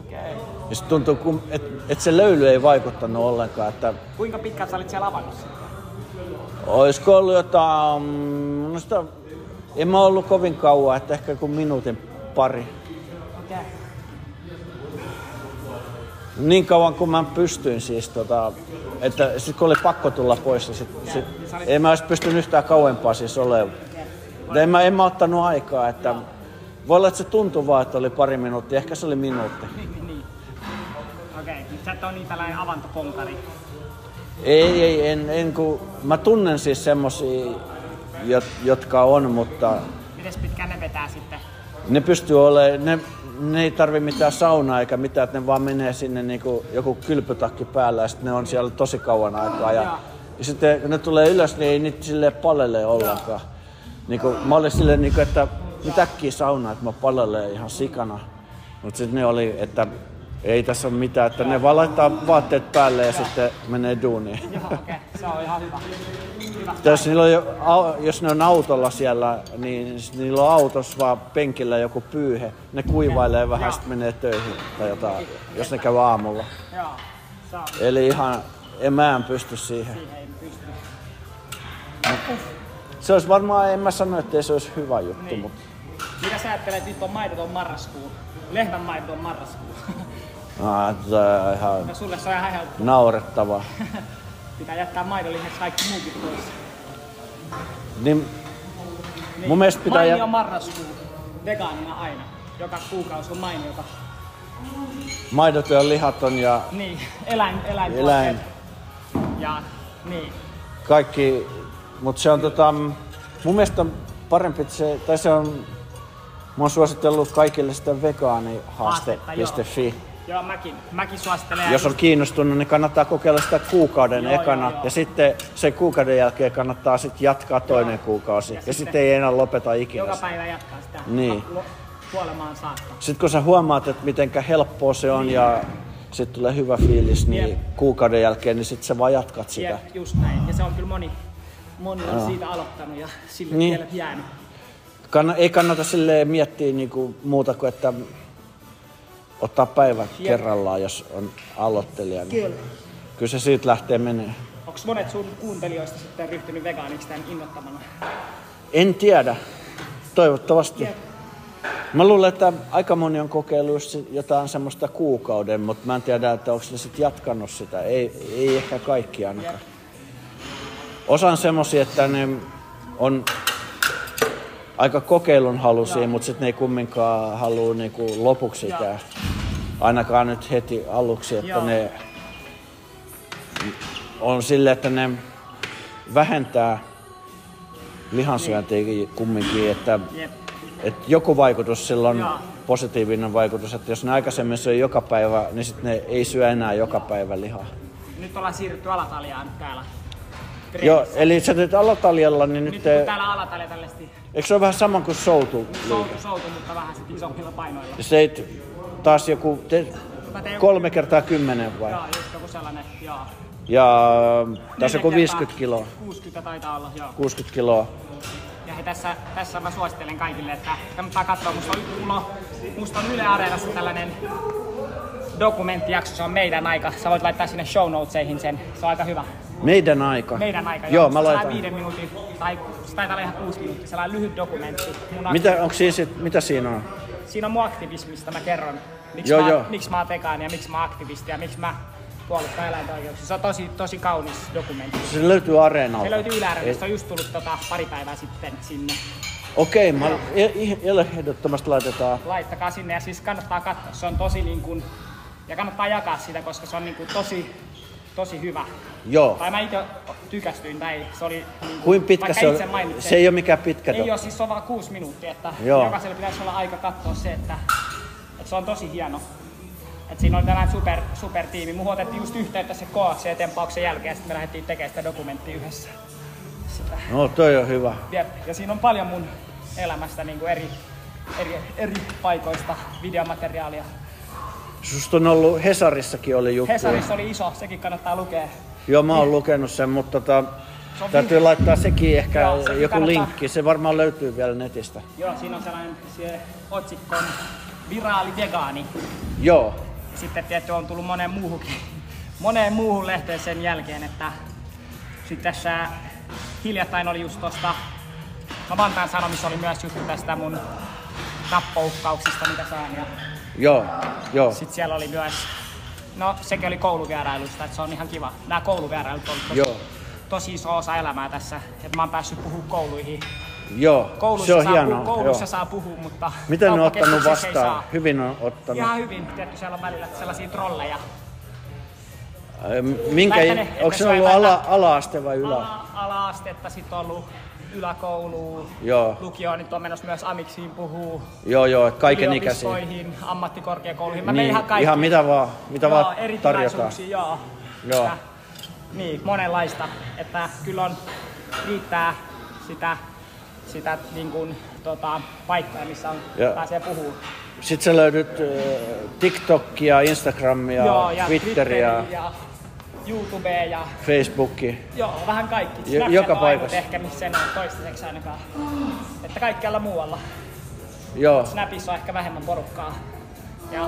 Speaker 2: Okei. Okay.
Speaker 1: Ja sit tuntui, että et se löyly ei vaikuttanut ollenkaan, että
Speaker 2: Kuinka pitkään sä olit siellä avannossa?
Speaker 1: Olisiko ollut jotain, mm, no sitä, en mä ollut kovin kauan, että ehkä kuin minuutin pari.
Speaker 2: Okei. Okay.
Speaker 1: Niin kauan kuin mä pystyin siis, tota, että sit kun oli pakko tulla pois, niin sit, sit, en mä olisi pystynyt yhtään kauempaa siis olemaan. Mutta en mä, en mä ottanut aikaa, että voi olla, että se tuntui vaan, että oli pari minuuttia, ehkä se oli minuutti.
Speaker 2: Niin, niin. Okei, okay. sä et ole niin tällainen avantoponkari.
Speaker 1: Ei, ei, en, en kun, mä tunnen siis semmosia, jot, jotka on, mutta
Speaker 2: Mites pitkään ne vetää sitten?
Speaker 1: Ne pystyy olemaan, ne, ne ei tarvi mitään saunaa eikä mitään, että ne vaan menee sinne niinku joku kylpytakki päällä ja sitten ne on siellä tosi kauan aikaa. Ja,
Speaker 2: Joo.
Speaker 1: ja sitten kun ne tulee ylös, niin ei niitä sille palele ollenkaan. Niinku, mä olin silleen, niinku, että mitäkkiä saunaa, että mä palelee ihan sikana. Mutta sitten ne oli, että ei tässä ole mitään, että ne vaan laittaa vaatteet päälle ja sitten menee duuniin.
Speaker 2: Joo, okei. Okay. Se on ihan hyvä. Hyvä.
Speaker 1: Mutta Jos, niillä on, jo- au- jos ne on autolla siellä, niin s- niillä on autossa vaan penkillä joku pyyhe. Ne kuivailee vähän,
Speaker 2: Joo.
Speaker 1: sitten menee töihin tai jotain, jos ne käy aamulla.
Speaker 2: Joo. Se on. niin,
Speaker 1: Eli ihan, en mä en pysty siihen.
Speaker 2: Siihen ei pysty.
Speaker 1: se olisi varmaan, en mä sano, että se olisi hyvä juttu,
Speaker 2: Niin.
Speaker 1: niin. mutta
Speaker 2: Mitä sä ajattelet, nyt on maitoton marraskuu? Lehmän maitoton marraskuu.
Speaker 1: aa, tää on ihan
Speaker 2: No sulle se on ihan helppo.
Speaker 1: naurettavaa.
Speaker 2: Pitää jättää maidon lisäksi kaikki muukin pois.
Speaker 1: Niin, Mun mielestä pitää
Speaker 2: Niin, Mainio
Speaker 1: jä-
Speaker 2: marraskuu. Vegaanina aina. Joka kuukausi on mainiota.
Speaker 1: maidotyön lihaton ja
Speaker 2: Niin, eläin, eläin,
Speaker 1: Eläin.
Speaker 2: Ja niin.
Speaker 1: kaikki, mutta se on tota, mun mielestä on parempi, että se, tai se on, mä oon suositellut kaikille sitä
Speaker 2: Haastetta, joo.
Speaker 1: vegaanihaaste.fi.
Speaker 2: Joo, mäkin, mäkin suosittelen.
Speaker 1: Jos on kiinnostunut, niin kannattaa kokeilla sitä kuukauden
Speaker 2: Joo,
Speaker 1: ekana
Speaker 2: joo, joo.
Speaker 1: ja sitten sen kuukauden jälkeen kannattaa sitten jatkaa toinen kuukausi ja,
Speaker 2: Ja
Speaker 1: sitten
Speaker 2: sitten-
Speaker 1: sitten ei enää lopeta ikinä.
Speaker 2: Joka
Speaker 1: sitä.
Speaker 2: päivä jatkaa sitä
Speaker 1: Niin.
Speaker 2: lo- kuolemaan saakka.
Speaker 1: Sitten kun sä huomaat, että mitenkä helppoa se on ja sitten tulee hyvä fiilis, niin
Speaker 2: Jep.
Speaker 1: kuukauden jälkeen, niin sitten sä vaan jatkat sitä.
Speaker 2: Jep, just näin. Ja se on kyllä moni, moni on siitä aloittanut ja sille
Speaker 1: Niin.
Speaker 2: tielle jäänyt.
Speaker 1: Kann- ei kannata sille miettiä niinku muuta kuin, että ottaa päivän
Speaker 2: Jep.
Speaker 1: kerrallaan, jos on aloittelija. Niin
Speaker 2: Kyllä.
Speaker 1: kyllä se siitä lähtee menee.
Speaker 2: Onko monet sun kuuntelijoista sitten ryhtynyt vegaaniksi tämän innottamana?
Speaker 1: En tiedä. Toivottavasti. Mä luulen, että aika moni on kokeillut just sit- jotain semmoista kuukauden, mutta mä en tiedä, että onko ne sitten jatkanut sitä. Ei, ei ehkä kaikki ainakaan. Osan semmoisia, että ne on aika kokeilun halusia, mutta sitten ne ei kumminkaan halua niinku lopuksi
Speaker 2: Joo.
Speaker 1: sitä. Ainakaan nyt heti aluksi, että
Speaker 2: Joo.
Speaker 1: ne on sille, että ne vähentää lihansyöntiä kumminkin, että
Speaker 2: Jep.
Speaker 1: et joku vaikutus silloin
Speaker 2: Joo.
Speaker 1: positiivinen vaikutus, että jos ne aikaisemmin söi joka päivä, niin sitten ne ei syö enää joka päivä lihaa.
Speaker 2: Nyt ollaan siirrytty alataljaan täällä.
Speaker 1: Joo, eli sä teet alataljalla, niin nyt,
Speaker 2: Nyt
Speaker 1: nyt
Speaker 2: kun
Speaker 1: te,
Speaker 2: täällä alatalja tällaisesti
Speaker 1: eikö se ole vähän sama kuin soutu?
Speaker 2: soutu, soutu, mutta vähän sit isommilla painoilla.
Speaker 1: Sä teit taas joku te,
Speaker 2: Mä teen
Speaker 1: kolme kertaa kymmenen vai?
Speaker 2: Joo, just joku sellainen, joo.
Speaker 1: Ja taas
Speaker 2: Neljä
Speaker 1: joku
Speaker 2: kertaa
Speaker 1: 50 kiloa,
Speaker 2: 60 taitaa olla, joo.
Speaker 1: 60 kiloa.
Speaker 2: Ja he tässä, tässä mä suosittelen kaikille, että kannattaa katsoa. Musta on, mulla on, musta on Yle Areenassa tällainen dokumenttijakso, se on meidän aika. Sä voit laittaa sinne show notesihin sen, se on aika hyvä.
Speaker 1: Meidän aika.
Speaker 2: Meidän aika,
Speaker 1: Joo, mä
Speaker 2: sellainen
Speaker 1: laitan.
Speaker 2: viiden minuutin, tai se taitaa olla ihan kuusi minuuttia, sellainen lyhyt dokumentti. Mun ak-
Speaker 1: Mitä, onks siinä, sit- mitä siinä on?
Speaker 2: Siinä on mun aktivismista, mä kerron, miksi
Speaker 1: Joo,
Speaker 2: mä,
Speaker 1: joo.
Speaker 2: miksi mä oon vegaani ja miksi mä oon aktivisti ja miksi mä puolustan eläinten oikeuksia. Se on tosi, tosi kaunis dokumentti.
Speaker 1: Se löytyy areenalta.
Speaker 2: Se löytyy Yle Areenasta, se on just tullut tota, pari päivää sitten sinne.
Speaker 1: Okei, okay, mä eh- eh- ehdottomasti laitetaan.
Speaker 2: laittakaa sinne ja siis kannattaa katsoa. Se on tosi niin kuin, ja kannattaa jakaa sitä, koska se on niin kuin tosi, tosi hyvä.
Speaker 1: Joo.
Speaker 2: Tai mä itse tykästyin tai se oli niin
Speaker 1: Kuin pitkä
Speaker 2: vaikka
Speaker 1: se on?
Speaker 2: itse mainitsen.
Speaker 1: Se ei ole mikään pitkä.
Speaker 2: ei
Speaker 1: to-
Speaker 2: ole, siis se on vaan kuusi minuuttia, että
Speaker 1: Joo.
Speaker 2: jokaisella pitäisi olla aika katsoa se, että, että se on tosi hieno. Et siinä oli tällainen super, supertiimi. Muhu otettiin just yhteyttä se Koaksen tempauksen jälkeen ja sitten me lähdettiin tekemään sitä dokumenttia yhdessä. Sitä.
Speaker 1: No toi on hyvä.
Speaker 2: Jep. Ja siinä on paljon mun elämästä niin kuin eri, eri, eri paikoista videomateriaalia.
Speaker 1: Susta on ollut, Hesarissakin oli juttu.
Speaker 2: Hesarissa oli iso, sekin kannattaa lukea.
Speaker 1: Joo, mä oon lukenut sen, mutta tota,
Speaker 2: Se on
Speaker 1: täytyy laittaa sekin ehkä
Speaker 2: Joo, sekin
Speaker 1: joku
Speaker 2: kannattaa.
Speaker 1: linkki. Se varmaan löytyy vielä netistä.
Speaker 2: Joo, siinä on sellainen se otsikko on viraali vegaani.
Speaker 1: Joo.
Speaker 2: Sitten tietty on tullut moneen muuhunkin, moneen muuhun lehteen sen jälkeen, että sitten tässä hiljattain oli just tosta, no Vantaan Sanomissa oli myös juttu tästä mun tappouhkauksista, mitä saan. Ja
Speaker 1: Joo, joo.
Speaker 2: sitten siellä oli myös, no sekin oli kouluvierailuista, että se on ihan kiva. Nämä kouluvierailut on tosi,
Speaker 1: Joo.
Speaker 2: tosi iso osa elämää tässä, että mä oon päässyt puhumaan kouluihin
Speaker 1: Joo,
Speaker 2: Koulussa,
Speaker 1: se on
Speaker 2: saa,
Speaker 1: hienoa.
Speaker 2: pu- koulussa
Speaker 1: joo.
Speaker 2: saa puhua, mutta
Speaker 1: Miten ne on ottanut
Speaker 2: kauppakeskuksissa ei
Speaker 1: vastaan?
Speaker 2: saa.
Speaker 1: Hyvin on ottanut.
Speaker 2: Ihan hyvin, tietty siellä on välillä sellaisia trolleja.
Speaker 1: Ö, Minkä,
Speaker 2: Väitän, että
Speaker 1: onko se
Speaker 2: se on
Speaker 1: ollut
Speaker 2: jotain-
Speaker 1: ala, ala-aste vai ylä?
Speaker 2: Ala- Ala-astetta sitten on ollut yläkouluun,
Speaker 1: Joo.
Speaker 2: lukioon, nyt on menossa myös amiksiin puhuu,
Speaker 1: Joo, joo, kaiken ikäisiä.
Speaker 2: yliopistoihin, ammattikorkeakouluihin. Mä niin,
Speaker 1: Niin,
Speaker 2: ihan kaikki.
Speaker 1: ihan mitä vaan, mitä
Speaker 2: joo,
Speaker 1: vaan
Speaker 2: eri
Speaker 1: tarjotaan.
Speaker 2: tilaisuuksia, joo.
Speaker 1: Joo.
Speaker 2: Että, niin, monenlaista. Että kyllä on riittää sitä, sitä niin kuin, tota, paikkaa, missä on,
Speaker 1: Joo.
Speaker 2: pääsee puhumaan.
Speaker 1: Sitten sä löydät ö, TikTokia, Instagramia,
Speaker 2: Joo, ja
Speaker 1: Twitteriä,
Speaker 2: Twitteriä ja YouTubea ja
Speaker 1: Facebookia.
Speaker 2: joo, vähän kaikki.
Speaker 1: Jo- joka
Speaker 2: on ainut
Speaker 1: paikassa.
Speaker 2: ehkä, missä en ole toistaiseksi ainakaan. Että kaikkialla muualla.
Speaker 1: Joo,
Speaker 2: Snapissa on ehkä vähemmän porukkaa. Ja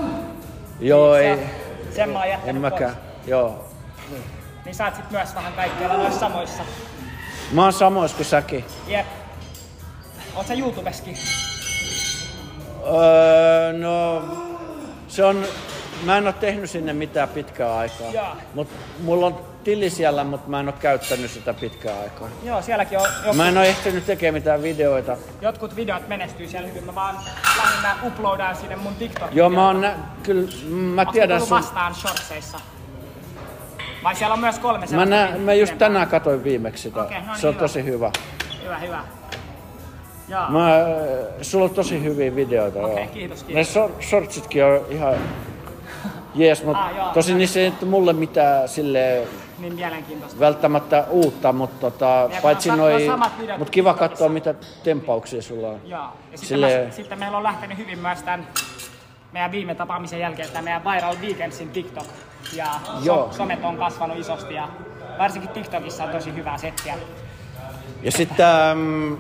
Speaker 1: joo,
Speaker 2: Niin, se-
Speaker 1: ei,
Speaker 2: Sen mä oon jättänyt
Speaker 1: en
Speaker 2: pois.
Speaker 1: mäkään. Joo,
Speaker 2: Niin sä oot sit myös vähän kaikkialla noissa samoissa
Speaker 1: Mä oon samoissa kuin säkin.
Speaker 2: Jep. Oot sä YouTubeskin?
Speaker 1: Öö, no, se on, mä en oo tehnyt sinne mitään pitkää aikaa.
Speaker 2: Jaa.
Speaker 1: Mut mulla on tili siellä, mutta mä en oo käyttänyt sitä pitkää aikaa.
Speaker 2: Joo, sielläkin on joku,
Speaker 1: Mä en oo ehtinyt tekemään mitään videoita.
Speaker 2: jotkut videot menestyy siellä hyvin. Mä vaan lähinnä uploadaan sinne mun tiktok
Speaker 1: Joo, mä oon nä- kyllä, mä tiedän
Speaker 2: sun...
Speaker 1: sun...
Speaker 2: vastaan shortseissa? Vai siellä on myös kolme
Speaker 1: Mä,
Speaker 2: sellaista
Speaker 1: nä-
Speaker 2: vi-
Speaker 1: mä just
Speaker 2: pidempää?
Speaker 1: tänään katoin viimeksi sitä.
Speaker 2: Okei, no niin,
Speaker 1: se on
Speaker 2: hyvä.
Speaker 1: tosi hyvä.
Speaker 2: Hyvä, hyvä. Joo.
Speaker 1: Mä, äh, sulla on tosi hyviä videoita.
Speaker 2: Okei,
Speaker 1: joo.
Speaker 2: kiitos,
Speaker 1: Ne
Speaker 2: kiitos.
Speaker 1: sor- shortsitkin on ihan jees, mutta
Speaker 2: Ah, joo.
Speaker 1: tosin niissä ei nyt mulle mitään sille
Speaker 2: Niin mielenkiintoista.
Speaker 1: välttämättä uutta, mutta tota,
Speaker 2: kun
Speaker 1: paitsi
Speaker 2: on sa-
Speaker 1: noi,
Speaker 2: on samat videot
Speaker 1: mut kiva
Speaker 2: TikTokissa.
Speaker 1: katsoa mitä tempauksia sulla on.
Speaker 2: Joo. Ja sitten,
Speaker 1: Silleen-
Speaker 2: mä, sitten meillä on lähtenyt hyvin myös tämän meidän viime tapaamisen jälkeen, tämä meidän Viral Weekendsin TikTok. Ja
Speaker 1: Joo.
Speaker 2: so, somet on kasvanut isosti ja varsinkin TikTokissa on tosi hyvää settiä.
Speaker 1: Niin Ja sitten ähm,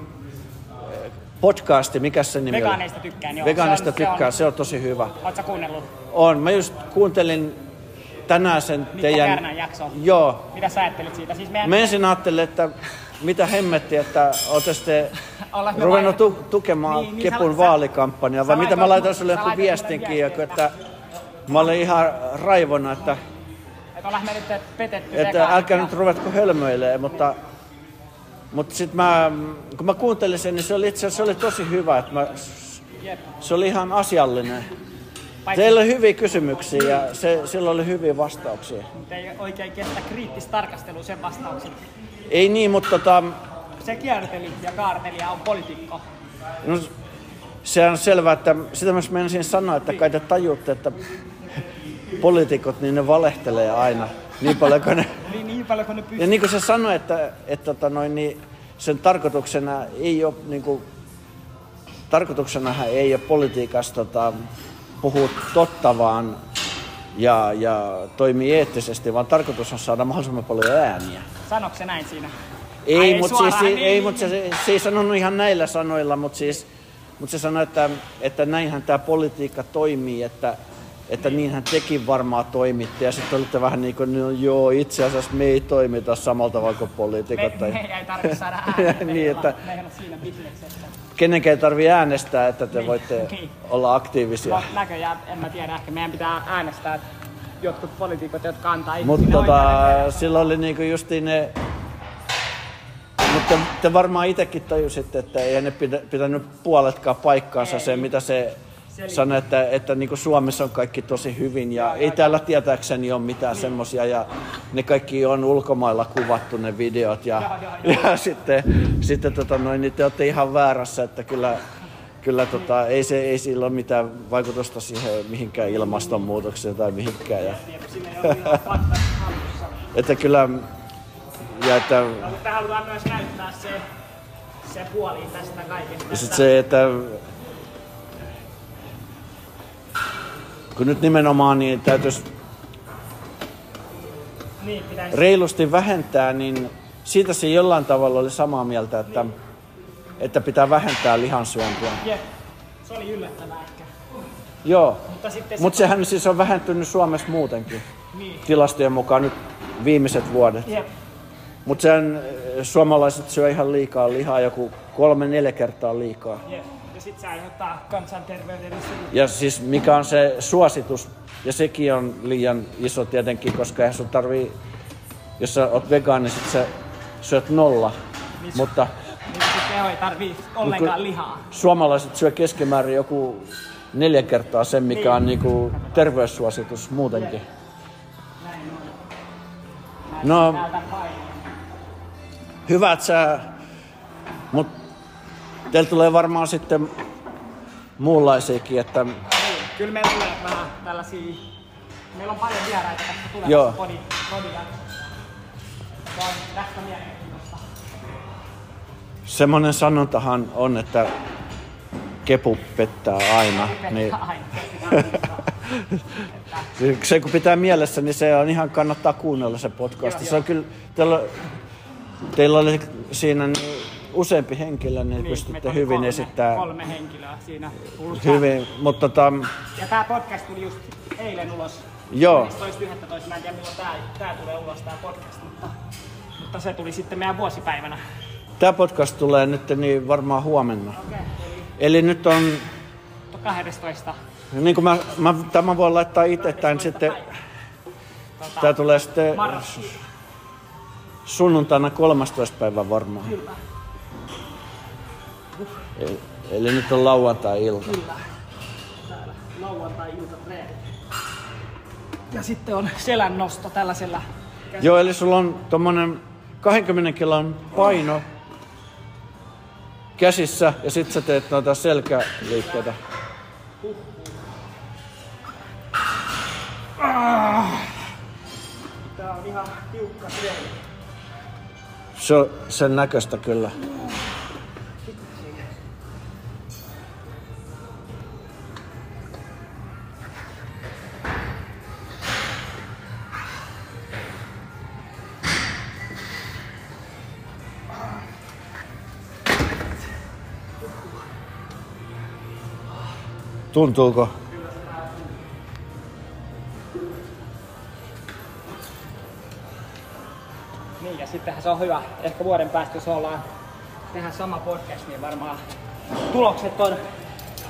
Speaker 1: podcasti, mikä se nimi oli?
Speaker 2: Vegaaneista tykkään, joo.
Speaker 1: Vegaanista
Speaker 2: Se on- se
Speaker 1: tykkään,
Speaker 2: on-
Speaker 1: se on tosi hyvä.
Speaker 2: Oletko kuunnellut?
Speaker 1: On, mä just kuuntelin tänään sen teidän...
Speaker 2: Kärnän jakson.
Speaker 1: Joo,
Speaker 2: Mitä sä ajattelit siitä? Siis meidän...
Speaker 1: Mä ensin ajattelin, että mitä hemmetti, että ootte sitten
Speaker 2: Ollaan me
Speaker 1: ruvennut
Speaker 2: vai-
Speaker 1: tu- tukemaan
Speaker 2: Niin,
Speaker 1: niin,
Speaker 2: niin
Speaker 1: Kepun
Speaker 2: sä- sä-
Speaker 1: vaalikampanjaa, vai
Speaker 2: sä
Speaker 1: mitä mä
Speaker 2: laitoit-
Speaker 1: laitan sulle
Speaker 2: sä
Speaker 1: joku
Speaker 2: laitoit mulle
Speaker 1: viestinkin, joku,
Speaker 2: viestin,
Speaker 1: että mä olin ihan raivona, että,
Speaker 2: Että ollaan me nyt petetty
Speaker 1: että
Speaker 2: vegaanit
Speaker 1: älkää
Speaker 2: ja-
Speaker 1: nyt ruvetko hölmöilemään, mutta, mutta sitten mä, kun mä kuuntelin sen, niin se oli itse asiassa se oli tosi hyvä, että mä,
Speaker 2: Jep.
Speaker 1: se oli ihan asiallinen.
Speaker 2: Paitsi
Speaker 1: Teillä oli hyviä kysymyksiä ja se, sillä oli hyviä vastauksia.
Speaker 2: nyt ei oikein kestä kriittistä tarkastelua sen vastaukset.
Speaker 1: Ei niin, mutta tota,
Speaker 2: Se kierteli ja kaarteli ja on poliitikko.
Speaker 1: No, se on selvää, että sitä myös menisin sanoa, että kai te tajutte, että poliitikot, niin ne valehtelee aina niin paljon kuin ne...
Speaker 2: Niin, niin paljon kuin ne pystyy.
Speaker 1: Ja niin kuin se sanoi, että, että tota noin, niin sen tarkoituksena ei ole, niin kuin, tarkoituksenahan ei ole politiikassa tota, puhua totta vaan ja, ja toimii eettisesti, vaan tarkoitus on saada mahdollisimman paljon ääniä.
Speaker 2: Sanoiko se näin siinä? Ai
Speaker 1: Ei, mutta siis,
Speaker 2: suoraan,
Speaker 1: ei, ei,
Speaker 2: niin.
Speaker 1: mut se, se, se ei sanonut ihan näillä sanoilla, mutta siis, mut se sanoi, että, että näinhän tämä politiikka toimii, että, että niinhän tekin varmaan toimitte. Ja sitten olitte vähän niin kuin, no joo, itse asiassa me ei toimita samalla tavalla kuin
Speaker 2: Me,
Speaker 1: poliitikot.
Speaker 2: me
Speaker 1: Tai
Speaker 2: ei tarvitse saada ääniä. Me ei
Speaker 1: Niin,
Speaker 2: olla-
Speaker 1: että-
Speaker 2: Me ei olla siinä bisneksessä.
Speaker 1: kenenkään ei tarvitse äänestää, että te voitte
Speaker 2: niin.
Speaker 1: olla aktiivisia.
Speaker 2: No, näköjään, en mä tiedä, ehkä meidän pitää äänestää että jotkut poliitikot, jotka antaa
Speaker 1: Mutta
Speaker 2: ihmisille
Speaker 1: tota,
Speaker 2: oikeuden-
Speaker 1: silloin oli niinku justiin ne... Mutta te varmaan itsekin tajusitte, että eihän ne pitä- pitänyt puoletkaan paikkaansa
Speaker 2: Ei.
Speaker 1: se, mitä se
Speaker 2: Selitti.
Speaker 1: sanoi, että, että niinku Suomessa on kaikki tosi hyvin ja ei täällä tietääkseni ole mitään
Speaker 2: Niin.
Speaker 1: semmosia ja ne kaikki on ulkomailla kuvattu ne videot ja,
Speaker 2: Joo,
Speaker 1: ja, sitten, sitten tota noin, niin te olette ihan väärässä, että kyllä, kyllä tota, ei, se, ei sillä ole mitään vaikutusta siihen mihinkään ilmastonmuutokseen tai mihinkään. Ja,
Speaker 2: Jep, siinä ei ole mitään faktaa hallussa.
Speaker 1: että kyllä, ja että,
Speaker 2: No, mutta halutaan myös näyttää se, se puoli tästä kaikesta.
Speaker 1: ja sit
Speaker 2: että-
Speaker 1: se, että kun nyt nimenomaan niin täytyisi
Speaker 2: Niin, pitäisi...
Speaker 1: reilusti vähentää, niin siitä se jollain tavalla oli samaa mieltä, että, että pitää vähentää lihansyöntiä.
Speaker 2: Jep. Se oli yllättävää ehkä.
Speaker 1: Joo,
Speaker 2: Mutta sitten
Speaker 1: mutta
Speaker 2: se...
Speaker 1: sehän siis on vähentynyt Suomessa muutenkin
Speaker 2: Niin.
Speaker 1: tilastojen mukaan nyt viimeiset vuodet.
Speaker 2: Jep.
Speaker 1: Mutta sen äh, suomalaiset syö ihan liikaa lihaa, joku kolme-neljä kertaa liikaa.
Speaker 2: Jep. Ja sit se aiheuttaa Niin, kansanterveydellisiä.
Speaker 1: Ja siis mikä on se suositus, ja sekin on liian iso tietenkin, koska eihän sun tarvii, jos sä oot vegaani, niin sit sä syöt nolla.
Speaker 2: Niin.
Speaker 1: Mutta
Speaker 2: Niin sit keho ei tarvii ollenkaan lihaa.
Speaker 1: suomalaiset syö keskimäärin joku neljä kertaa sen, mikä
Speaker 2: Niin.
Speaker 1: on niinku terveyssuositus muutenkin.
Speaker 2: Näin on.
Speaker 1: No,
Speaker 2: Täältä painaa.
Speaker 1: hyvä, että sä... Mut teillä tulee varmaan sitten muunlaisiakin, että
Speaker 2: Niin, Kyllä meillä tulee vähän tällaisia... Meillä on paljon vieraita tässä
Speaker 1: Joo.
Speaker 2: tulevassa podi, podia. Se on tästä mielenkiintoista.
Speaker 1: semmonen sanontahan on, että kepu pettää aina. Niin.
Speaker 2: Aina. Niin,
Speaker 1: Se- Se kun pitää mielessä, niin se on ihan kannattaa kuunnella se podcast.
Speaker 2: Joo,
Speaker 1: se
Speaker 2: joo.
Speaker 1: on kyllä, teillä, teillä oli siinä niin useampi henkilö, niin,
Speaker 2: Niin, meitä
Speaker 1: pystytte
Speaker 2: oli
Speaker 1: hyvin
Speaker 2: kolme,
Speaker 1: esittämään.
Speaker 2: Kolme henkilöä siinä. Kuulostaa-
Speaker 1: Hyvin, mutta tota,
Speaker 2: Ja tää podcast tuli just eilen ulos. Siis
Speaker 1: Joo.
Speaker 2: 11.11. Mä en tiedä milloin tää, tää tulee ulos tää podcast, mutta, mutta mutta se tuli sitten meidän vuosipäivänä.
Speaker 1: Tämä podcast tulee nyt niin varmaan huomenna.
Speaker 2: Okei,
Speaker 1: Eli nyt on,
Speaker 2: okay. 12.
Speaker 1: niin kuin mä, mä tämä voi laittaa itse tämän sitten,
Speaker 2: Tota,
Speaker 1: tämä tulee sitten
Speaker 2: marraskuuta.
Speaker 1: sunnuntaina 13. päivä varmaan. Eli, E- eli nyt on lauantai-ilta.
Speaker 2: täällä lauantai-iltatreenit. Ja sitten on selän nosto tällaisella. käs-
Speaker 1: Joo, eli sulla on tommonen 20 kilon paino käsissä ja sit sä teet noita selkäliikkeitä.
Speaker 2: Tää on ihan tiukka treeni.
Speaker 1: Se on sen näköistä kyllä. Tuntuuko?
Speaker 2: Niin ja sittenhän se on hyvä. Ehkä vuoden päästä jos ollaan tehdään sama podcast, niin varmaan tulokset on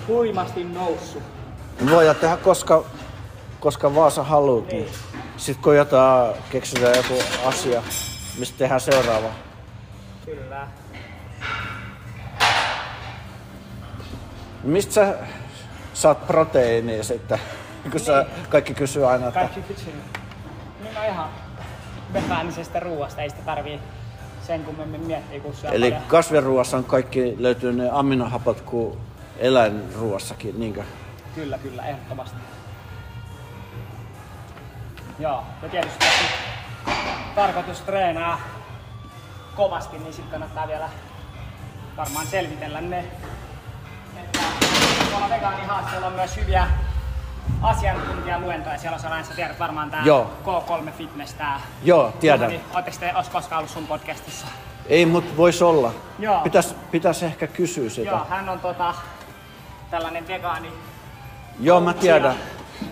Speaker 2: huimasti noussut.
Speaker 1: Voidaan tehdä koska, koska Vaasa haluut. Niin. Sitten kun jotain keksitään joku asia, mistä tehdään seuraava.
Speaker 2: Kyllä.
Speaker 1: Mistä sä saat proteiinia sitten? Kun sä, kaikki kysyy aina, että
Speaker 2: Niin. Kaikki kysynyt. Niin no ihan vegaanisesta ruoasta. Ei sitä tarvii sen kummemmin miettiä, kun syö
Speaker 1: Eli
Speaker 2: paljon.
Speaker 1: kasviruoassa on kaikki löytyy ne aminohapot kuin eläinruoassakin, niinkö?
Speaker 2: Kyllä, kyllä, ehdottomasti. Joo, ja tietysti jos nyt tarkoitus treenaa kovasti, niin sitten kannattaa vielä varmaan selvitellä ne. Että tuolla vegaanihaasteella on myös hyviä asiantuntijaluentoja. Siellä on sellainen, sä tiedät varmaan tää
Speaker 1: Joo.
Speaker 2: K3 Fitness, tää.
Speaker 1: Joo, tiedän.
Speaker 2: Juhani, Ootteko te ois koskaan ollut sun podcastissa?
Speaker 1: Ei, mut voisi olla.
Speaker 2: Joo.
Speaker 1: Pitäis, pitäis ehkä kysyä sitä.
Speaker 2: Joo, hän on tota, tällainen vegaani.
Speaker 1: Joo, mä tiedän.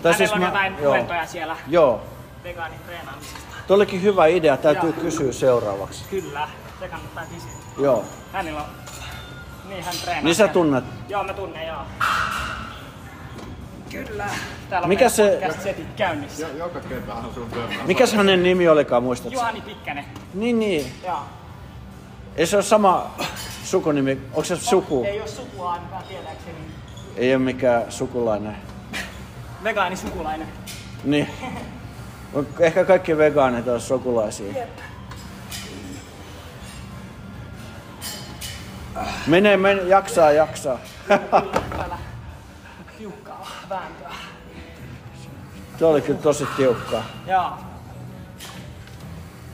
Speaker 2: Tai siis on
Speaker 1: mä-
Speaker 2: jotain
Speaker 1: joo.
Speaker 2: luentoja siellä
Speaker 1: Joo.
Speaker 2: vegaanitreenaamisesta.
Speaker 1: Tuo olikin hyvä idea, täytyy
Speaker 2: Joo.
Speaker 1: kysyä seuraavaksi.
Speaker 2: Kyllä, se kannattaa kysyä.
Speaker 1: Joo.
Speaker 2: Hänellä on... Niin hän treenaa.
Speaker 1: Niin sä tunnet.
Speaker 2: Joo, mä tunnen, joo. Kyllä. Täällä on
Speaker 1: Mikä
Speaker 2: meidän
Speaker 1: se-
Speaker 2: podcast-setit käynnissä.
Speaker 3: Jo- joka kertahan sun törmää.
Speaker 1: Mikäs hänen nimi olikaan, muistat? sä?
Speaker 2: Juhani Pikkänen.
Speaker 1: Niin, niin.
Speaker 2: Joo.
Speaker 1: Ei se ole sama sukunimi. Onko se suku?
Speaker 2: Ei oo sukua ainakaan tietääkseni.
Speaker 1: Ei ole mikään sukulainen.
Speaker 2: Vegaanisukulainen.
Speaker 1: Niin. On- Ehkä kaikki vegaanit on sukulaisia. Mene, mene, jaksaa, jaksaa.
Speaker 2: Kyllä, täällä tiukkaa vääntöä.
Speaker 1: Tuo oli kyllä tosi tiukkaa.
Speaker 2: Joo.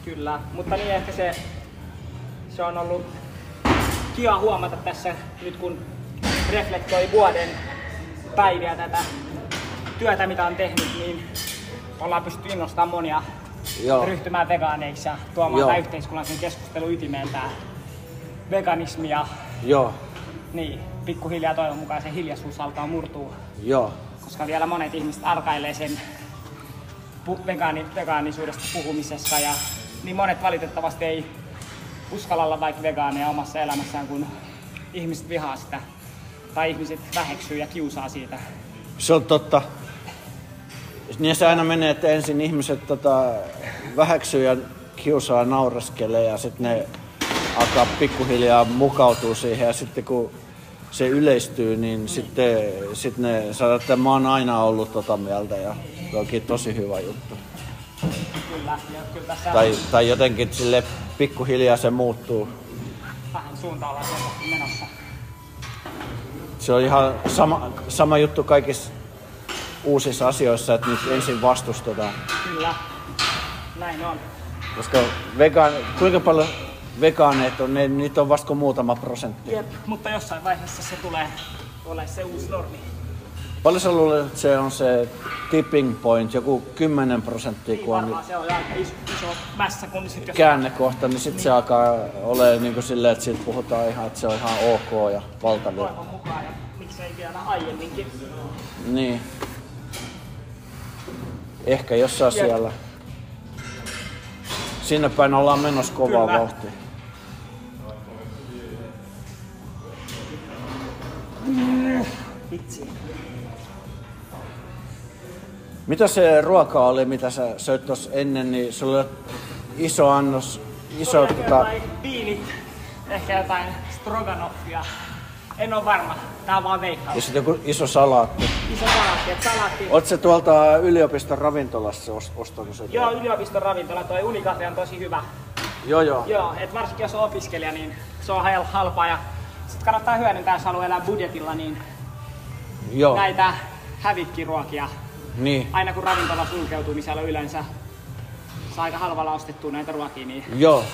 Speaker 2: Kyllä, mutta niin ehkä se, se on ollut kiva huomata tässä nyt kun reflektoi vuoden päiviä tätä työtä mitä on tehnyt, niin ollaan pystytty innostamaan monia
Speaker 1: Joo.
Speaker 2: ryhtymään vegaaneiksi ja tuomaan
Speaker 1: Joo.
Speaker 2: tämän yhteiskunnallisen keskustelun ytimeen tämä veganismi ja
Speaker 1: Joo,
Speaker 2: niin, pikkuhiljaa toivon mukaan se hiljaisuus alkaa murtua
Speaker 1: joo.
Speaker 2: koska vielä monet ihmiset arkailee sen pu- vegaani, vegaanisuudesta puhumisessa ja niin monet valitettavasti ei uskalla olla vaikka vegaaneja omassa elämässään, kun ihmiset vihaa sitä tai ihmiset väheksyy ja kiusaa siitä.
Speaker 1: Se on totta. Niin se aina menee, että ensin ihmiset tota, väheksyy ja kiusaa naureskelee ja sitten ne alkaa pikkuhiljaa mukautua siihen ja sitten kun se yleistyy, niin sitten sit ne sanoo, että mä oon aina ollut tota mieltä ja se onkin tosi hyvä juttu.
Speaker 2: Kyllä, ja kyllä tässä
Speaker 1: Tai, tai jotenkin sille pikkuhiljaa se muuttuu.
Speaker 2: vähän suunta ollaan selvästi menossa.
Speaker 1: Se on ihan sama, sama juttu kaikissa uusissa asioissa, että nyt ensin vastustetaan.
Speaker 2: Kyllä, näin on.
Speaker 1: Koska vegaan, kuinka paljon vegaaneet on, ne, niitä on vasta kuin muutama prosentti.
Speaker 2: Jep. Mutta jossain vaiheessa se tulee ole se uusi normi. Niin
Speaker 1: Paljon sä luulet, että se on se tipping point, joku 10 prosenttia,
Speaker 2: Niin
Speaker 1: kun on
Speaker 2: varmaan se on aika iso, iso mässä, kun sit jos
Speaker 1: käännekohta, niin sitten se alkaa olemaan niin kuin silleen, että siitä puhutaan ihan, että se on ihan ok ja valtavirta.
Speaker 2: toivon mukaan ja miksei vielä aiemminkin.
Speaker 1: Niin. Ehkä jossain
Speaker 2: Jep.
Speaker 1: siellä. Sinne päin ollaan menossa kovaa
Speaker 2: Kyllä.
Speaker 1: vauhtia.
Speaker 2: Vitsi.
Speaker 1: Mitä se ruoka oli, mitä sä söit tuossa ennen, niin sulla oli iso annos, iso
Speaker 2: Tuleeko
Speaker 1: tota,
Speaker 2: jotain viinit, ehkä jotain stroganoffia. En ole varma, tää on vaan veikkaus.
Speaker 1: ja sitten joku iso salaatti.
Speaker 2: Iso salaatti, et salaatti.
Speaker 1: Oot se tuolta yliopiston ravintolassa os- ostanut sen?
Speaker 2: Joo, yliopiston ravintola, toi unikahvi on tosi hyvä.
Speaker 1: joo. joo.
Speaker 2: Joo, et varsinkin jos on opiskelija, niin se on hel- halpaa ja sit kannattaa hyödyntää, jos haluaa elää budjetilla, niin
Speaker 1: joo.
Speaker 2: näitä hävikkiruokia.
Speaker 1: Niin.
Speaker 2: Aina kun ravintola sulkeutuu, niin siellä on yleensä saa aika halvalla ostettua näitä ruokia, niin
Speaker 1: Joo.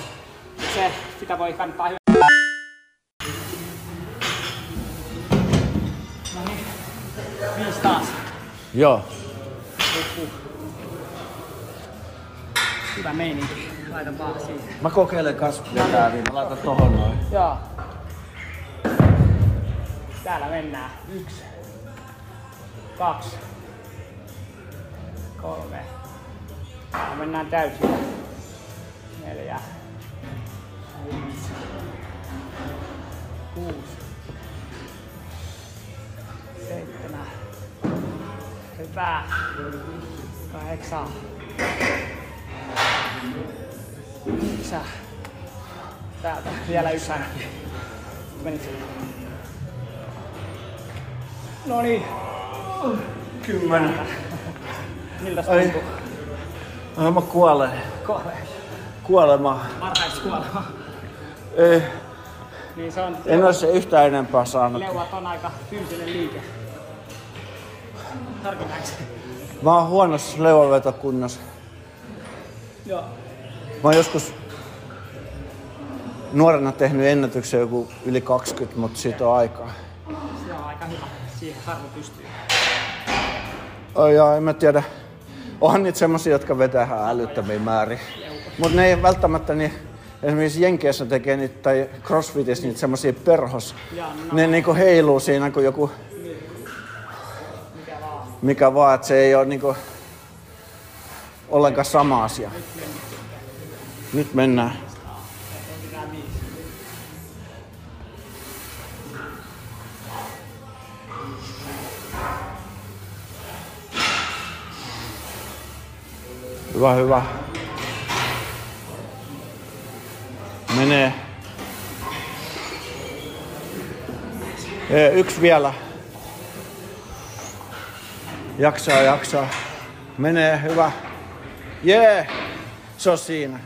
Speaker 2: se, sitä voi kannattaa hyvä. No niin, viisi taas.
Speaker 1: Joo.
Speaker 2: Hyvä meininki. Laitan vaan siihen.
Speaker 1: Mä kokeilen kans vetää, niin mä laitan tohon noin.
Speaker 2: Joo. Täällä mennään. Yksi. Kaksi. Kolme. Ja mennään täysin. Neljä. Viisi. Kuusi. Seitsemän. Hyvä. Kahdeksan. Yhdeksän. Täältä vielä yksi ainakin. Menit sen. No niin.
Speaker 1: Kymmenen.
Speaker 2: Miltä se
Speaker 1: Ai.
Speaker 2: tuntuu?
Speaker 1: Ai mä kuolen.
Speaker 2: Kohve.
Speaker 1: Kuolema.
Speaker 2: Varhaiskuolema.
Speaker 1: Ei,
Speaker 2: Niin se on.
Speaker 1: en ole se yhtään enempää saanut.
Speaker 2: Leuat on aika fyysinen liike. Harkitaanko? se?
Speaker 1: Mä oon huonossa leuanvetokunnassa.
Speaker 2: Joo.
Speaker 1: Mä oon joskus nuorena tehnyt ennätyksen joku yli 20, mutta siitä on aikaa.
Speaker 2: Se on aika hyvä. Siihen harvo pystyy.
Speaker 1: Ai jaa, en mä tiedä. Onhan niitä semmosia, jotka vetää ihan älyttömiä määriä. Mutta ne ei välttämättä niin, esimerkiksi Jenkeissä tekee niitä, tai Crossfitissä niitä semmosia perhos.
Speaker 2: Jaa, no.
Speaker 1: Ne niinku heiluu siinä kuin joku,
Speaker 2: Mikä vaan.
Speaker 1: mikä vaan, että se ei ole niinku ollenkaan sama asia. Nyt mennään.
Speaker 2: Pitää viisi.
Speaker 1: Hyvä, hyvä. Menee. Ee, Yksi vielä. Jaksaa, jaksaa. Menee, hyvä. Jee! Se on siinä.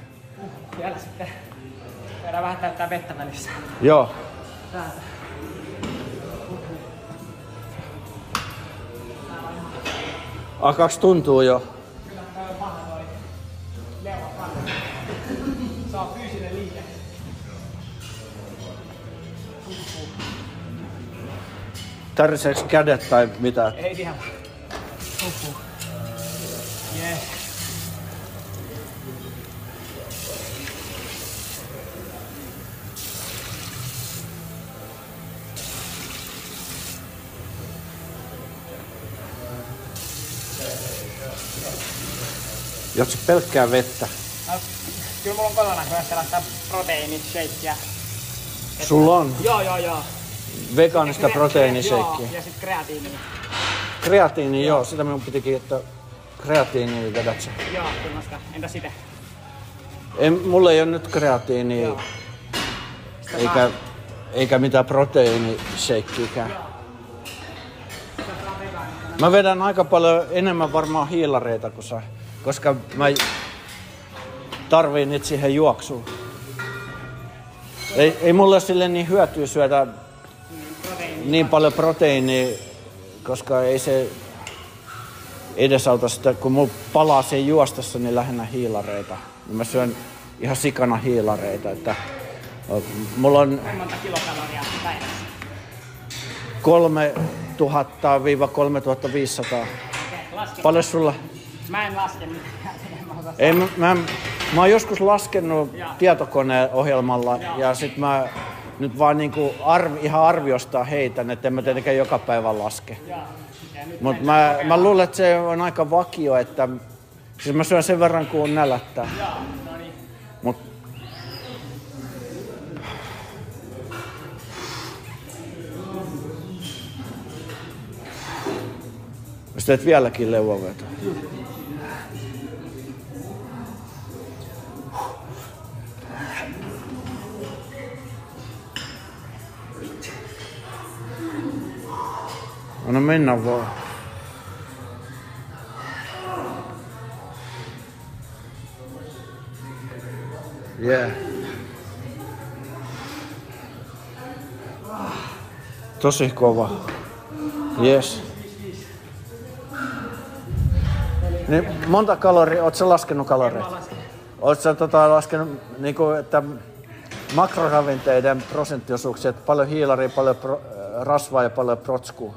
Speaker 2: Vielä sitten. Käydään vähän täyttää vettä välissä.
Speaker 1: Joo.
Speaker 2: Täältä.
Speaker 1: A2 tuntuu jo.
Speaker 2: Tää on paha toi leuan kanne. Se on fyysinen liike.
Speaker 1: Tärseeks kädet tai mitä?
Speaker 2: Ei vielä. Uhu. Yes.
Speaker 1: Jos se pelkkää vettä.
Speaker 2: No, kyllä mulla on kotona myös sellaista proteiinisheikkiä.
Speaker 1: Sulla on
Speaker 2: Joo, joo, joo.
Speaker 1: vegaanista
Speaker 2: Kre-
Speaker 1: proteiiniseikkiä.
Speaker 2: Joo, ja sit kreatiini.
Speaker 1: Kreatiini, joo. Sitä minun pitikin, että kreatiini vedät sä.
Speaker 2: Joo, kyllä mä sitä. Entä sitä?
Speaker 1: En, mulla ei ole nyt kreatiiniä,
Speaker 2: Joo. Sitä
Speaker 1: eikä,
Speaker 2: saa-
Speaker 1: eikä mitään proteiiniseikkiäkään. Mä vedän aika paljon enemmän varmaan hiilareita kuin sä, koska mä tarviin niitä siihen juoksuun. Ei, ei mulla sille niin hyötyä syödä
Speaker 2: Mm, Proteiini.
Speaker 1: niin paljon proteiinia, koska ei se edesauta sitä, kun mulla palaa sen juostessa, niin lähinnä hiilareita. Ja mä syön ihan sikana hiilareita, että ö, mulla on
Speaker 2: Kuinka monta kilokaloria päivässä?
Speaker 1: 3000-3500.
Speaker 2: Okei, laske.
Speaker 1: Paljon sulla?
Speaker 2: Mä en laske mitään. en mä osaa.
Speaker 1: Ei, mä, mä, mä oon joskus laskenut
Speaker 2: Jaa.
Speaker 1: tietokoneen ohjelmalla ja sit mä nyt vaan niinku arv, ihan arviosta heitän, että en mä tietenkään joka päivä laske.
Speaker 2: Joo. Ja nyt
Speaker 1: Mut
Speaker 2: mennään
Speaker 1: mä, mä
Speaker 2: kokeilemaan.
Speaker 1: luulen, että se on aika vakio, että siis mä syön sen verran kuin on nälättää.
Speaker 2: Joo, no niin.
Speaker 1: Jos teet vieläkin leuanvetoa. Anna mennä vaan. Yeah. Tosi kova. Yes. Niin monta kaloria, oot sä laskenut
Speaker 2: Mä
Speaker 1: kaloreita?
Speaker 2: lasken.
Speaker 1: Oot sä tota, laskenut niinku, että makroravinteiden prosenttiosuuksia, että paljon hiilaria, paljon pro, äh, rasvaa ja paljon protskua?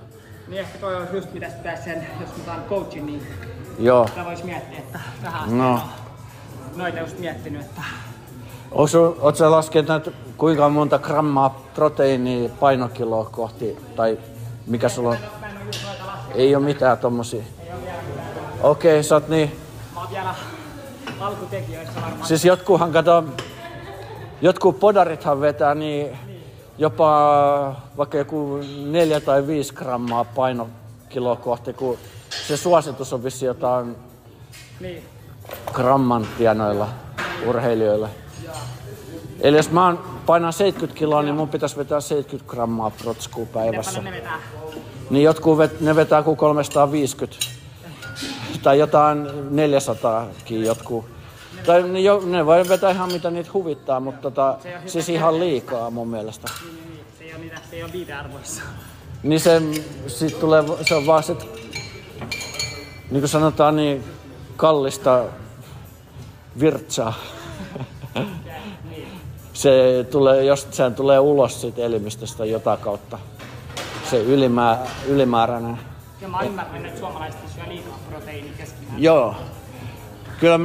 Speaker 2: Niin ehkä toi on just mitä pitäisi sen, jos mä otan coachin, niin
Speaker 1: Joo.
Speaker 2: sitä voisi miettiä, että tähän asti
Speaker 1: No.
Speaker 2: on noita just miettinyt, että
Speaker 1: Oletko sä laskenut, kuinka monta grammaa proteiinia painokiloa kohti, tai mikä sulla on?
Speaker 2: mä en ole just noita laskenut.
Speaker 1: Ei ole mitään tommosia. Okei, sä oot niin.
Speaker 2: Mä oon vielä alkutekijöissä varmaan.
Speaker 1: Siis jotkuhan kato, jotkut podarithan vetää niin jopa vaikka joku neljä tai viisi grammaa painokiloa kohti, kun se suositus on vissi jotain
Speaker 2: Niin.
Speaker 1: gramman tienoilla urheilijoilla. Eli jos mä oon- painan 70 kiloa, niin mun pitäisi vetää 70 grammaa protskua
Speaker 2: Miten
Speaker 1: päivässä.
Speaker 2: paljon ne vetää?
Speaker 1: Niin jotkut vet, ne vetää kuin 350. Tai jotain 400kin jotkut. Tai ne, jo, ne voi vetää ihan mitä niitä huvittaa, mutta tota,
Speaker 2: Se ei oo hyvä
Speaker 1: siis ihan liikaa mun mielestä.
Speaker 2: Niin, niin, niin. Se ei ole niitä, se ei ole viitearvoissa.
Speaker 1: Niin se, sit tulee, se on vaan sit, niin kuin sanotaan, niin kallista virtsaa. Se tulee, jos sehän tulee ulos siitä elimistöstä jota kautta. Se ylimää, ylimääräinen.
Speaker 2: Ja mä ymmärrän, että suomalaiset syö liikaa proteiini keskimäärin.
Speaker 1: Joo. Kyllä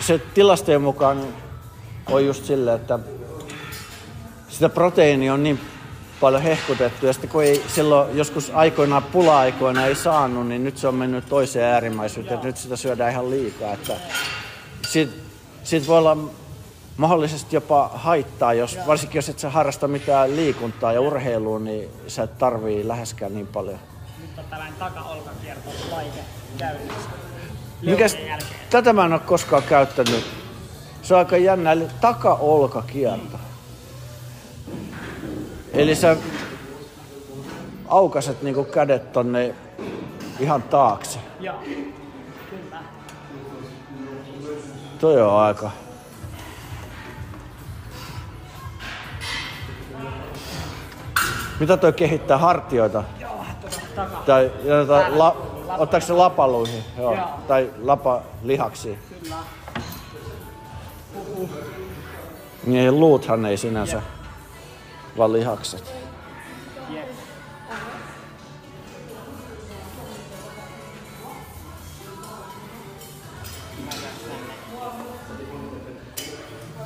Speaker 1: se tilastojen mukaan on just silleen, että sitä proteiinia on niin paljon hehkutettu. Ja sitten kun ei silloin joskus aikoinaan pula-aikoina ei saanut, niin nyt se on mennyt toiseen äärimmäisyyteen. Nyt sitä syödään ihan liikaa. Että siitä, siitä voi olla mahdollisesti jopa haittaa, jos, varsinkin jos et sä harrasta mitään liikuntaa ja urheilua, niin sä et tarvii läheskään niin paljon.
Speaker 2: Nyt on tällainen takaolkakierto laite käynnissä.
Speaker 1: Mikäs,
Speaker 2: Leukojen jälkeen.
Speaker 1: tätä mä en ole koskaan käyttänyt. Se on aika jännä, eli takaolkakierto. Eli sä aukaset niinku kädet tonne ihan taakse.
Speaker 2: Joo. Kyllä.
Speaker 1: Toi on aika. Mitä toi kehittää hartioita?
Speaker 2: Joo, tuota, tuossa takaa.
Speaker 1: Tai jotain, la, ottaako se lapaluihin? Joo.
Speaker 2: Joo.
Speaker 1: Tai lapalihaksiin?
Speaker 2: Kyllä.
Speaker 1: Niin luuthan ei sinänsä, vaan lihakset.
Speaker 2: Jep.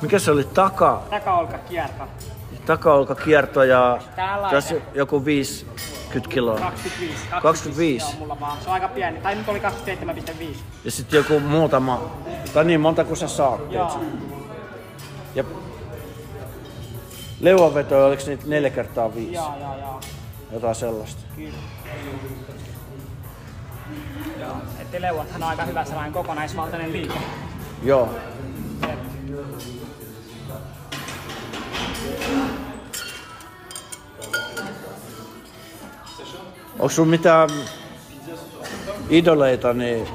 Speaker 1: Mikä se oli? Taka,
Speaker 2: Takaolkakierto.
Speaker 1: takaolkakierto ja
Speaker 2: Tää laite.
Speaker 1: tässä joku 50 kiloa.
Speaker 2: 25.
Speaker 1: 25.
Speaker 2: Joo, mulla vaan. Se on aika pieni. Tai nyt oli 27,5.
Speaker 1: Ja sitten joku muutama, tai niin monta kuin sä saat. tiedät sä.
Speaker 2: Joo.
Speaker 1: Ja leuanvetoja, oliko niitä 4 kertaa 5?
Speaker 2: Joo, joo, joo.
Speaker 1: Jotain sellaista.
Speaker 2: Kyllä. Joo. Että leuathan on aika hyvä sellainen kokonaisvaltainen liike.
Speaker 1: Joo. Onko sun mitään idoleita niin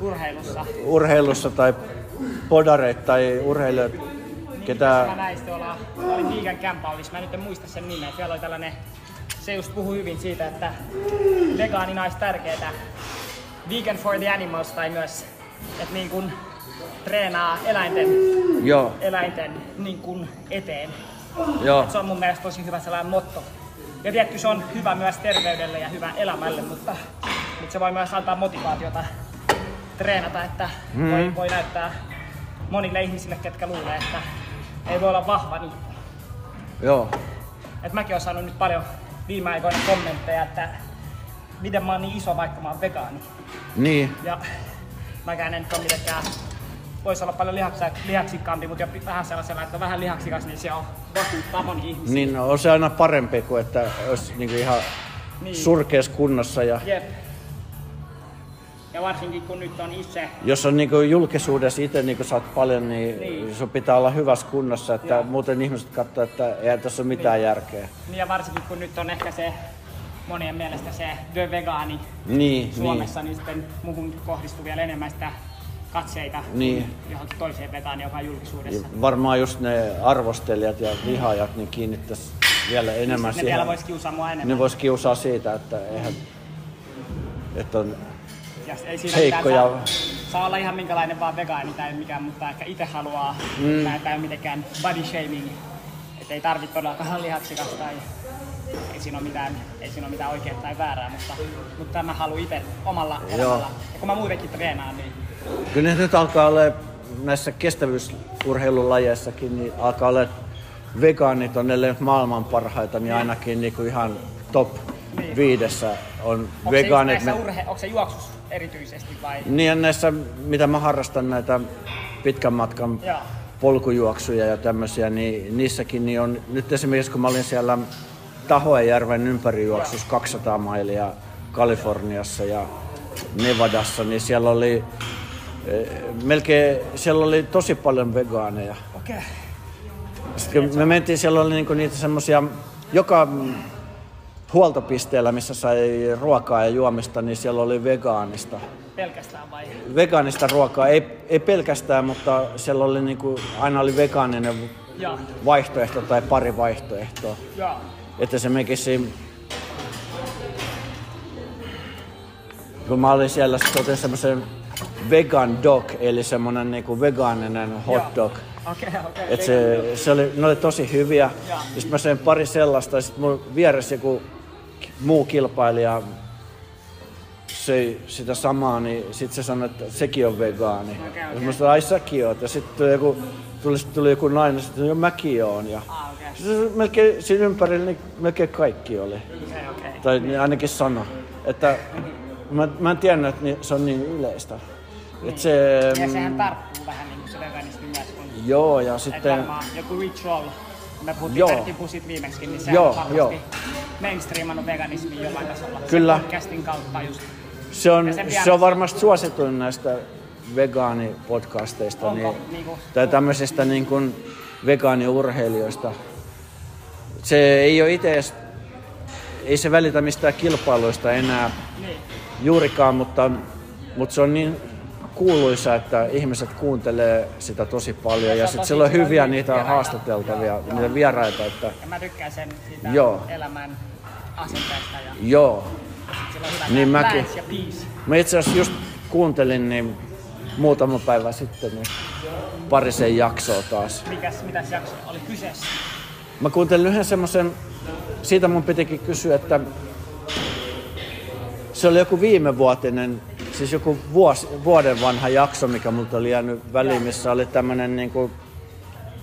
Speaker 2: Urheilussa. Niin,
Speaker 1: urheilussa tai podareita tai urheilijoita,
Speaker 2: Mä
Speaker 1: ketä...
Speaker 2: näistä ollaan, oli Miikan kämpallis, mä nyt en muista sen nimeä, siellä oli tällainen, se just puhui hyvin siitä, että vegaanina olisi tärkeetä vegan for the animals tai myös, että niin kun treenaa eläinten,
Speaker 1: Joo,
Speaker 2: eläinten niin kun eteen.
Speaker 1: joo.
Speaker 2: Se on mun mielestä tosi hyvä sellainen motto. Ja tietty se on hyvä myös terveydelle ja hyvä elämälle, mutta, mutta se voi myös antaa motivaatiota treenata, että voi, voi näyttää monille ihmisille, ketkä luulee, että ei voi olla vahva, niin
Speaker 1: Joo.
Speaker 2: et mäkin oon saanut nyt paljon viime aikoina kommentteja, että miten mä oon niin iso, vaikka mä oon vegaani.
Speaker 1: Niin,
Speaker 2: Ja mäkään en nyt ole mitenkään, voisi olla paljon lihaksia, lihaksikkaampi, mutta jo pi- vähän sellaisella, että on vähän lihaksikas, niin se on vakuuttaa moni ihmisiä.
Speaker 1: niin no, on se aina parempi kuin että olisi niinku ihan
Speaker 2: Niin.
Speaker 1: surkeassa kunnossa ja
Speaker 2: Jep, Ja varsinkin kun nyt on itse
Speaker 1: Jos on niinku julkisuudessa itse niinku saat paljon, niin,
Speaker 2: Niin.
Speaker 1: niin, sun pitää olla hyvässä kunnossa, että
Speaker 2: Joo.
Speaker 1: muuten ihmiset katsoo, että ei tässä ole mitään
Speaker 2: Niin.
Speaker 1: järkeä.
Speaker 2: Niin ja varsinkin kun nyt on ehkä se monien mielestä se The Vegaani
Speaker 1: Niin,
Speaker 2: Suomessa, niin, sitten muuhun kohdistuu vielä enemmän sitä katseita
Speaker 1: Niin.
Speaker 2: kuin johonkin toiseen vegaani, joka on
Speaker 1: niin.
Speaker 2: julkisuudessa.
Speaker 1: Ja varmaan just ne arvostelijat ja vihaajat niin kiinnittäisi vielä enemmän
Speaker 2: ne
Speaker 1: siihen.
Speaker 2: vielä voisi kiusaa mua enemmän.
Speaker 1: ne vois kiusaa siitä, että eihän, että on
Speaker 2: Ja ei siinä
Speaker 1: Heikkoja.
Speaker 2: mitään Saa, saa olla ihan minkälainen vaan vegaani tai mikään, mutta ehkä itse haluaa. Mm. Tämä ei ole mitenkään body shaming. Että ei tarvitse todellakaan lihaksikas tai ei siinä ole mitään, ei siinä ole mitään oikeaa tai väärää, mutta, mutta mä haluan itse omalla
Speaker 1: Joo.
Speaker 2: elämällä. Ja kun mä muutenkin treenaan, niin
Speaker 1: Kyllä ne nyt alkaa olla näissä kestävyysurheilulajeissakin, niin alkaa olla vegaanit on ellei nyt maailman parhaita, niin ainakin niin kuin ihan top
Speaker 2: Niin.
Speaker 1: viidessä on
Speaker 2: onko se, just
Speaker 1: vegaanit.
Speaker 2: näissä
Speaker 1: Ne-
Speaker 2: urhe, onko se juoksus erityisesti vai?
Speaker 1: Niin ja näissä, mitä mä harrastan näitä pitkän matkan
Speaker 2: Joo.
Speaker 1: polkujuoksuja ja tämmöisiä, niin niissäkin niin on, nyt esimerkiksi kun mä olin siellä Tahoejärven ympärijuoksussa 200 mailia Kaliforniassa ja Nevadassa, niin siellä oli eh, melkein, siellä oli tosi paljon vegaaneja.
Speaker 2: Okei. Okay.
Speaker 1: Sitten kun me mentiin, siellä oli niinku niitä semmoisia, joka huoltopisteellä, missä sai ruokaa ja juomista, niin siellä oli vegaanista
Speaker 2: Pelkästään vai?
Speaker 1: vegaanista ruokaa, ei, ei pelkästään, mutta siellä oli niinku, aina oli vegaaninen
Speaker 2: Joo.
Speaker 1: vaihtoehto tai pari vaihtoehtoa.
Speaker 2: Joo.
Speaker 1: Että esimerkiksi kun mä olin siellä, sitten otin semmoisen vegan dog, eli semmoinen niinku vegaaninen hot dog.
Speaker 2: Okei, okay, okei.
Speaker 1: Et se, se oli, ne oli tosi hyviä.
Speaker 2: Joo.
Speaker 1: Sitten mä söin pari sellaista ja sitten mun vieressä joku ki- muu kilpailija söi sitä samaa, niin sitten se sanoi, että sekin on vegaani.
Speaker 2: Okei,
Speaker 1: Ja
Speaker 2: okei.
Speaker 1: Mä sanoin, ai säkin oot. Ja sitten tuli joku, tuli, sit tuli joku nainen, sitten jo mäkin oon. Ja
Speaker 2: Ah, okei.
Speaker 1: se, se- melkein, siinä ympärillä niin melkein kaikki oli.
Speaker 2: Okei, okei.
Speaker 1: Tai niin ainakin sano. Että mä, mä en tiennyt, että ni- se on niin yleistä. Et se, mm,
Speaker 2: Ja sehän tarttuu vähän niin kuin se veganismi myös, kun
Speaker 1: joo, ja
Speaker 2: Sitten...
Speaker 1: sitten...
Speaker 2: varmaan joku ritual, me puhuttiin
Speaker 1: Joo.
Speaker 2: Pertti Pusit viimeksikin, niin se
Speaker 1: Joo,
Speaker 2: on varmasti
Speaker 1: joo.
Speaker 2: mainstreamannut veganismin jollain tasolla. Sen
Speaker 1: Kyllä.
Speaker 2: Podcastin kautta just.
Speaker 1: Se on,
Speaker 2: Ja sen
Speaker 1: se
Speaker 2: vieressä-
Speaker 1: on varmasti suosituin näistä vegaanipodcasteista
Speaker 2: Onko?
Speaker 1: niin,
Speaker 2: Niinku-
Speaker 1: tai tämmöisistä niin kuin vegaaniurheilijoista. Se ei ole itse edes- ei se välitä mistään kilpailuista enää
Speaker 2: Niin.
Speaker 1: juurikaan, mutta, mutta se on niin kuuluisa, että ihmiset kuuntelee sitä tosi
Speaker 2: Ja
Speaker 1: paljon
Speaker 2: se
Speaker 1: ja
Speaker 2: on
Speaker 1: sitten
Speaker 2: tosi
Speaker 1: sillä on
Speaker 2: hyvä
Speaker 1: hyviä
Speaker 2: niitä
Speaker 1: niitä
Speaker 2: vieraita.
Speaker 1: haastateltavia, niitä vieraita, että
Speaker 2: Ja mä tykkään sen siitä
Speaker 1: Joo.
Speaker 2: elämän asenteesta ja
Speaker 1: joo.
Speaker 2: sillä on hyvä
Speaker 1: Niin
Speaker 2: tää
Speaker 1: mäkin.
Speaker 2: balance ja peace.
Speaker 1: Mä itse asiassa just kuuntelin niin muutama päivä sitten niin parisen jaksoa taas.
Speaker 2: Mikäs, mitäs jakso oli kyseessä?
Speaker 1: Mä kuuntelin yhden semmoisen, siitä mun pitikin kysyä, että se oli joku viimevuotinen, siis joku vuosi, vuoden vanha jakso, mikä multa oli jäänyt väliin, missä oli tämmöinen niin kuin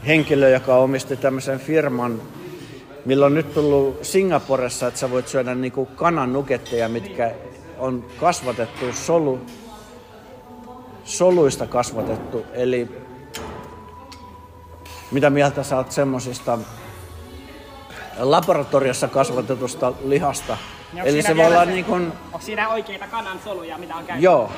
Speaker 1: henkilö, joka omisti tämmöisen firman, millä on nyt tullut Singaporessa, että sä voit syödä niin kuin kanan nuggetteja, mitkä on kasvatettu solu, soluista kasvatettu. Eli mitä mieltä sä oot semmosista laboratoriossa kasvatetusta lihasta?
Speaker 2: Niin onko
Speaker 1: Eli
Speaker 2: siinä
Speaker 1: se voi
Speaker 2: vielä
Speaker 1: olla
Speaker 2: se-
Speaker 1: niin kuin,
Speaker 2: Onko siinä oikeita kanansoluja, mitä on käytetty?
Speaker 1: joo,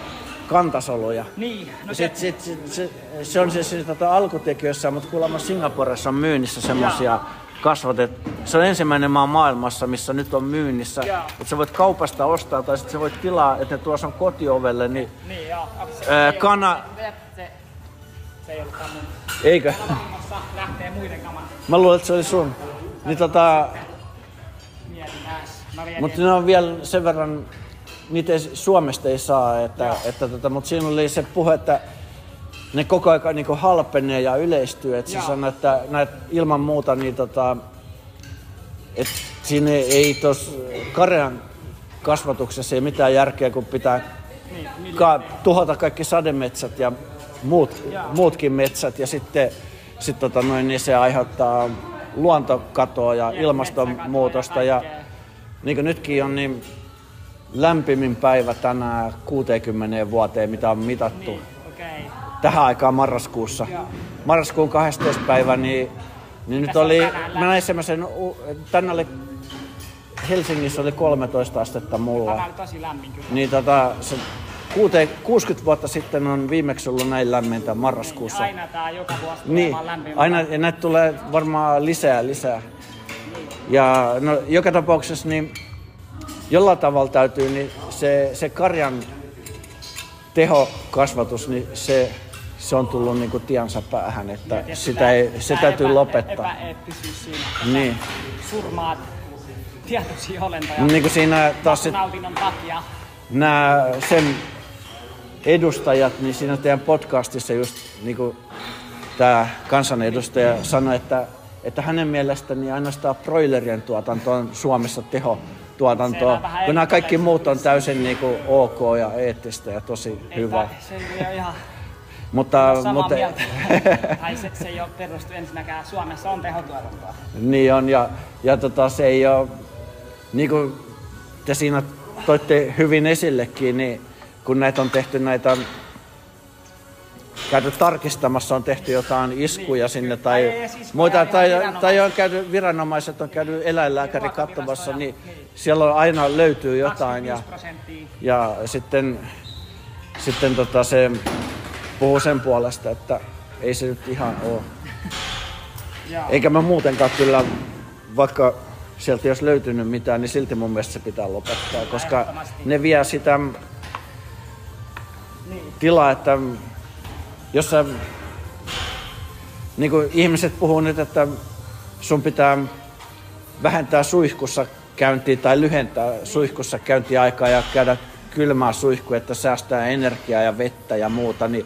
Speaker 1: kantasoluja.
Speaker 2: Niin, no se,
Speaker 1: Sitten, sit, sit, se, se on siis tota alkutekijöissä, mutta kuulemma Singaporessa on myynnissä semmoisia kasvatet. Se on ensimmäinen maa maailmassa, missä nyt on myynnissä.
Speaker 2: Joo.
Speaker 1: Että sä voit kaupasta ostaa tai sitten sä voit tilaa, että ne tuo sun kotiovelle. Niin...
Speaker 2: niin joo. Onko se,
Speaker 1: Ää,
Speaker 2: se-
Speaker 1: kana-
Speaker 2: Se, se, se ei ollutkaan mun.
Speaker 1: Eikö?
Speaker 2: Vahingossa lähtee muiden kamat
Speaker 1: Mä luulen, että se oli sun. Niin tota,
Speaker 2: mieleen. Mä vietin
Speaker 1: mutta ne on vielä sen verran, niitä ei, Suomesta ei saa, että, että tota, mutta siinä oli se puhe, että ne koko ajan niin halpenee ja yleistyy, että se
Speaker 2: Joo.
Speaker 1: sanoi, että näet, ilman muuta niin tota, et siinä ei tuossa karjan kasvatuksessa ei mitään järkeä, kun pitää
Speaker 2: Niin,
Speaker 1: ka- tuhota kaikki sademetsät ja muut, muutkin metsät ja sitten sit tota noin, niin se aiheuttaa luontokatoa ja
Speaker 2: Ja
Speaker 1: ilmastonmuutosta
Speaker 2: metsäkatoa ja
Speaker 1: ja
Speaker 2: kaikkea.
Speaker 1: niin kuin nytkin on niin lämpimin päivä tänään 60 vuoteen, mitä on mitattu
Speaker 2: Niin, okei. Okay.
Speaker 1: tähän aikaan marraskuussa.
Speaker 2: Joo.
Speaker 1: Marraskuun 12. päivä, niin, niin nyt
Speaker 2: Tässä on
Speaker 1: oli,
Speaker 2: tänään
Speaker 1: mä näin semmoisen, u- tänne oli, Helsingissä oli 13 astetta mulla.
Speaker 2: Tämä oli tosi lämmin kyllä.
Speaker 1: Niin tota, se kuute- 60 vuotta sitten on viimeksi ollut näin lämmintä marraskuussa.
Speaker 2: Niin Aina tää joka vuosi tulee
Speaker 1: Niin,
Speaker 2: vaan lämpimämpää.
Speaker 1: aina, ja näitä tulee varmaan lisää lisää. Ja no, joka tapauksessa niin jollain tavalla täytyy, niin se, se karjan tehokasvatus, niin se, se on tullut niin kuin tiensä päähän, että
Speaker 2: Tietysti
Speaker 1: sitä
Speaker 2: tää-
Speaker 1: ei, se
Speaker 2: tää
Speaker 1: täytyy
Speaker 2: epä-
Speaker 1: lopettaa.
Speaker 2: Epäeettisyys siinä, että
Speaker 1: Niin.
Speaker 2: sä surmaat tietoisia olentoja
Speaker 1: Niin kuin siinä taas sit,
Speaker 2: nautinnon takia.
Speaker 1: nämä sen edustajat, niin siinä teidän podcastissa just niin kuin tämä kansanedustaja sanoi, että, että hänen mielestään niin ainoastaan broilerien tuotanto on Suomessa teho tuotantoa,
Speaker 2: Se vähän
Speaker 1: kun nämä kaikki
Speaker 2: eri-
Speaker 1: muut on täysin niin kuin ok ja eettistä ja tosi
Speaker 2: Ei
Speaker 1: hyvä.
Speaker 2: tää- Se ei ole ihan
Speaker 1: Mutta,
Speaker 2: samaa
Speaker 1: mutta
Speaker 2: mieltä. tai se, se ei ole perustu ensinnäkään. Suomessa on tehotuotantoa.
Speaker 1: niin on ja, ja tota, se ei ole, niin kuin te siinä toitte hyvin esillekin, niin kun näitä on tehty näitä käyty tarkistamassa, on tehty jotain iskuja
Speaker 2: Niin,
Speaker 1: sinne
Speaker 2: kyllä.
Speaker 1: tai
Speaker 2: Tai ei siis
Speaker 1: muita,
Speaker 2: ihan
Speaker 1: tai,
Speaker 2: viranomaiset.
Speaker 1: tai on käyty, viranomaiset on käynyt eläinlääkäri
Speaker 2: Niin, ruokavirasto
Speaker 1: katsomassa,
Speaker 2: ja-
Speaker 1: niin
Speaker 2: niin.
Speaker 1: siellä on aina löytyy jotain.
Speaker 2: 25
Speaker 1: Ja,
Speaker 2: prosenttia.
Speaker 1: ja sitten, sitten tota se puhuu sen puolesta, että ei se nyt ihan ole.
Speaker 2: Joo.
Speaker 1: Eikä mä muutenkaan kyllä, vaikka sieltä ei olisi löytynyt mitään, niin silti mun mielestä se pitää lopettaa, koska
Speaker 2: Ehdottomasti.
Speaker 1: ne vie sitä
Speaker 2: Niin.
Speaker 1: tilaa, että jos sä, niin kuin ihmiset puhuu nyt, että sun pitää vähentää suihkussa käyntiä tai lyhentää suihkussa käyntiaikaa ja käydä kylmää suihku, että säästää energiaa ja vettä ja muuta, niin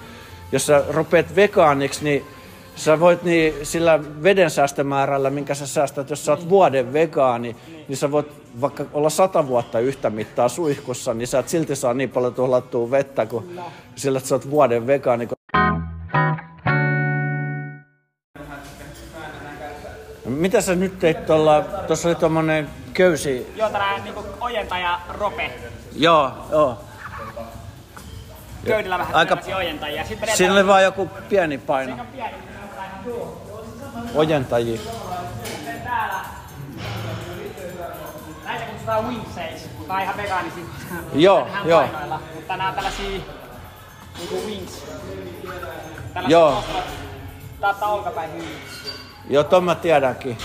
Speaker 1: jos sä rupeat vegaaniksi, niin sä voit niin sillä veden säästömäärällä, minkä sä säästät, jos sä oot vuoden vegaani, niin. sä voit vaikka olla sata vuotta yhtä mittaa suihkussa, niin sä et silti saa niin paljon tuhlattua vettä kuin sillä, että sä oot vuoden vegaani. Mitä sä nyt teit tuolla, tuossa oli tuommoinen köysi
Speaker 2: Joo, tää niinku ojentaja rope.
Speaker 1: Joo, joo.
Speaker 2: Köydillä vähän
Speaker 1: Aika-
Speaker 2: Aika... ojentajia. Sitten vedetään-
Speaker 1: Siinä oli vaan joku pieni paino.
Speaker 2: Siinä on pieni, niin se ottaa ihan tuohon.
Speaker 1: Ojentajia.
Speaker 2: Sitten täällä. Näitä kutsutaan wingseiksi. Tää on ihan vegaanisia.
Speaker 1: Joo,
Speaker 2: Vähän
Speaker 1: joo.
Speaker 2: painoilla, Mutta nää on tällaisia niinku wings. Tällaisia
Speaker 1: Joo.
Speaker 2: nostat. Täältä olkapäin hyvin.
Speaker 1: Joo, ton mä tiedänkin.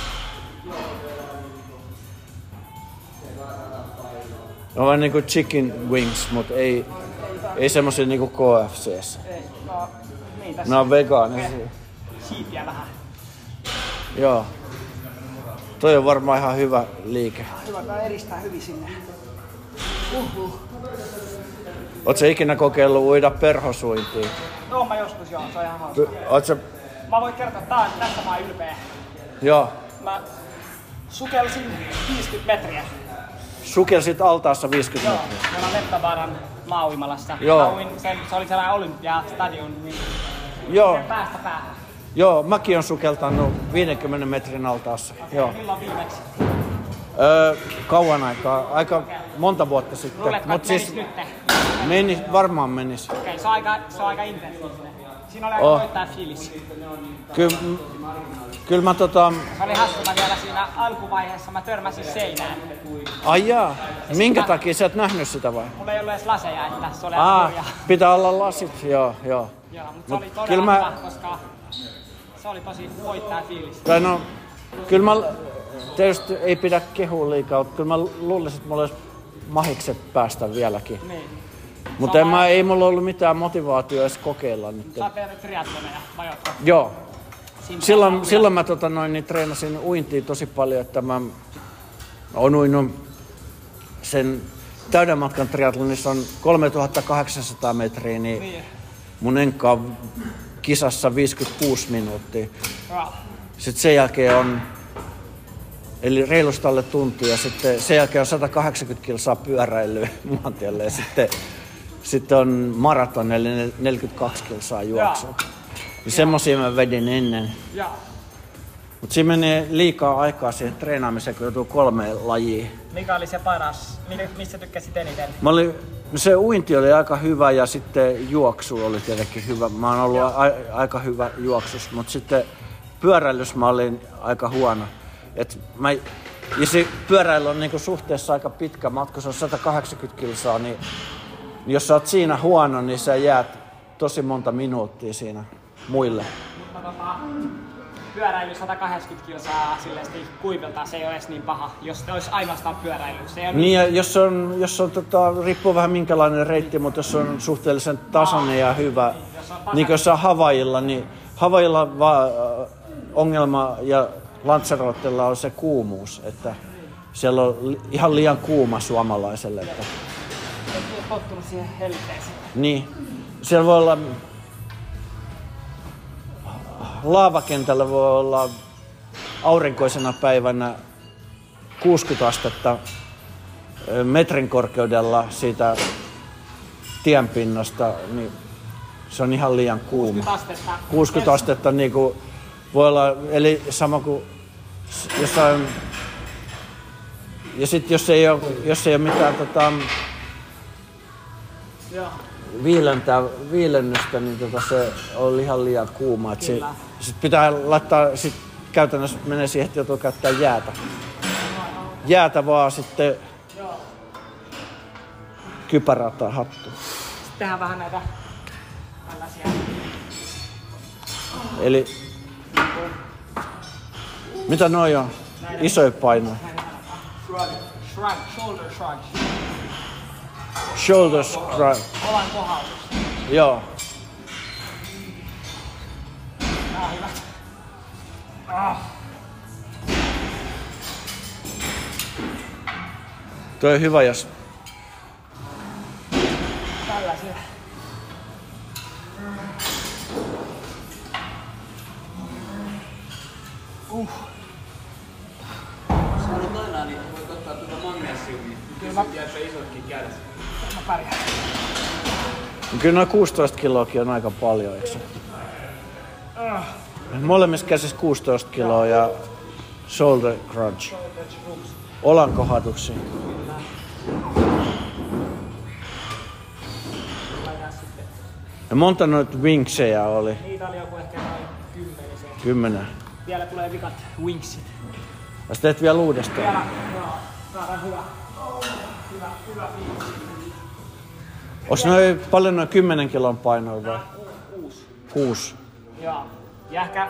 Speaker 1: Ne on vähän niinku chicken wings, mut ei, ei semmosia niinku KFCs.
Speaker 2: Ei, No, niin tässä.
Speaker 1: Nää on vegaanisia.
Speaker 2: Siipiä vähän.
Speaker 1: Joo. Toi on varmaan ihan hyvä liike.
Speaker 2: Hyvä, tää eristää hyvin sinne.
Speaker 1: Oot sä ikinä kokeillut uida perhosuintiin?
Speaker 2: No mä joskus joo, se on ihan hauska.
Speaker 1: Py- Oot sä...
Speaker 2: Mä voin kertoa, että tää on, tästä mä oon ylpeä.
Speaker 1: Joo.
Speaker 2: Mä sukelsin 50 metriä.
Speaker 1: Sukelsit altaassa 50
Speaker 2: Joo,
Speaker 1: metriä.
Speaker 2: me ollaan Leppävaaran maauimalassa.
Speaker 1: Joo.
Speaker 2: Mä uin sen, se oli sellainen olympiastadion, niin
Speaker 1: Joo.
Speaker 2: sen päästä päähän.
Speaker 1: Joo, mäkin on sukeltanut 50 metrin altaassa. Joo.
Speaker 2: Milloin viimeksi?
Speaker 1: Öö, kauan aikaa, aika monta vuotta sitten.
Speaker 2: Luuletko,
Speaker 1: Mut
Speaker 2: että
Speaker 1: siis
Speaker 2: siis... nyt? Okei,
Speaker 1: menis, varmaan menis.
Speaker 2: se on aika, se on aika intensiivinen. Siinä oli aika
Speaker 1: Oh.
Speaker 2: oh. voittaa fiilis.
Speaker 1: Kyllä kyl mä tota...
Speaker 2: Se oli hassu, mä vielä siinä alkuvaiheessa mä törmäsin seinään.
Speaker 1: Ai jaa, minkä
Speaker 2: Siis
Speaker 1: takia sä et nähnyt sitä vai?
Speaker 2: Mulla ei ollut edes laseja, että se oli aika
Speaker 1: Aa,
Speaker 2: kurjaa.
Speaker 1: pitää olla lasit, joo, joo.
Speaker 2: Joo, mutta se
Speaker 1: Mut
Speaker 2: oli todella
Speaker 1: kyllä
Speaker 2: mä...
Speaker 1: mä,
Speaker 2: hyvä, koska se oli tosi voittaa fiilis.
Speaker 1: tai no, kyllä mä, tietysti ei pidä kehua liikaa, mutta kyllä mä luulisin, että mulla olisi mahikset päästä vieläkin.
Speaker 2: Niin.
Speaker 1: Mutta en mä, ei mulla ollut mitään motivaatiota edes kokeilla nyt.
Speaker 2: Sä oot tehnyt triatloneja, majoittaa.
Speaker 1: Joo,
Speaker 2: Siinä
Speaker 1: Silloin,
Speaker 2: pitää
Speaker 1: silloin mä tota noin, niin treenasin uintia tosi paljon, että mä mä oon uinut sen täyden matkan triathlonissa on 3800 metriä, niin,
Speaker 2: Niin.
Speaker 1: mun enka on kisassa 56 minuuttia.
Speaker 2: Joo.
Speaker 1: Sitten sen jälkeen on, eli reilusta alle tunti ja sitten sen jälkeen on 180 kilsaa pyöräilyä maantielle ja sitten, sitten on maraton eli 42 kilsaa juoksua. Niin semmosia mä vedin ennen.
Speaker 2: Joo.
Speaker 1: Mutta siinä menee liikaa aikaa siihen treenaamiseen, kun joutuu kolmeen lajiin.
Speaker 2: Mikä oli se paras? Mi- Mistä tykkäsit eniten?
Speaker 1: Mä olin, no se uinti oli aika hyvä ja sitten juoksu oli tietenkin hyvä. Mä oon ollut a- aika hyvä juoksus, mutta sitten pyöräilys mä olin aika huono. Et mä, ja se pyöräily on niinku suhteessa aika pitkä matka, se on 180 kilsaa, niin Jos sä oot siinä huono, niin sä jäät tosi monta minuuttia siinä muille.
Speaker 2: Mutta tota, pyöräily 180 kilsaa silleen kuiviltaan, se ei ole edes niin paha, jos se olisi ainoastaan pyöräily. Se ei ole
Speaker 1: Niin, ja jos on, jos on tota, riippuu vähän minkälainen reitti, mutta jos on suhteellisen tasainen ja hyvä,
Speaker 2: jos on tasainen.
Speaker 1: niin kuin jos on Havailla, niin Havailla va- äh, ongelma ja Lanzarotella on se kuumuus, että siellä on li- ihan liian kuuma suomalaiselle. Että,
Speaker 2: ei ole tottunut siihen helteeseen.
Speaker 1: niin, siellä voi olla, laavakentällä voi olla aurinkoisena päivänä 60 astetta ö, metrin korkeudella siitä tienpinnasta, niin se on ihan liian kuuma.
Speaker 2: 60 astetta.
Speaker 1: 60 astetta niin kuin voi olla, eli sama kuin s- jossain... Ja sitten jos ei ole, jos ei ole mitään tota,
Speaker 2: Joo.
Speaker 1: viilentää, viilennystä, niin tota se on ihan liian kuuma. Et se,
Speaker 2: Kyllä.
Speaker 1: sit pitää laittaa, sit käytännössä menee siihen, että joutuu käyttää jäätä. Jäätä vaan sitten
Speaker 2: Joo.
Speaker 1: kypärää tai hattua.
Speaker 2: Sitten tehdään vähän näitä tällaisia.
Speaker 1: Eli mitä noi on? Isoja painoja.
Speaker 2: Shrug. Shrug. Shoulder shrug.
Speaker 1: Shoulder shrug.
Speaker 2: Olan kohallus.
Speaker 1: Joo.
Speaker 2: Tää on hyvä.
Speaker 1: Toi on hyvä, jos
Speaker 2: Tällaisia.
Speaker 3: Jos on lainaa, niin voit ottaa tuota magnesiumia. Kyllä mä... Jääpä isotkin kädessä.
Speaker 2: Mä pärjään.
Speaker 1: Kyllä noin 16 kiloakin on aika paljon, eikö se? Molemmissa käsissä 16 kiloa ja shoulder crunch. Olan kohatuksia.
Speaker 2: Laitetaan sitten.
Speaker 1: Ja monta noita winksejä oli?
Speaker 2: Niitä oli joku ehkä noin kymmenisen.
Speaker 1: Kymmenen.
Speaker 2: Vielä tulee vikat wingsit.
Speaker 1: Ja sä teet vielä uudestaan.
Speaker 2: Vielä, joo. Saadaan hyvä. Hyvä, hyvä fiilis.
Speaker 1: Onks noin paljon noin 10 kilon painoja vai?
Speaker 2: Tää on ku- Kuusi.
Speaker 1: Kuusi.
Speaker 2: Joo. Ja ehkä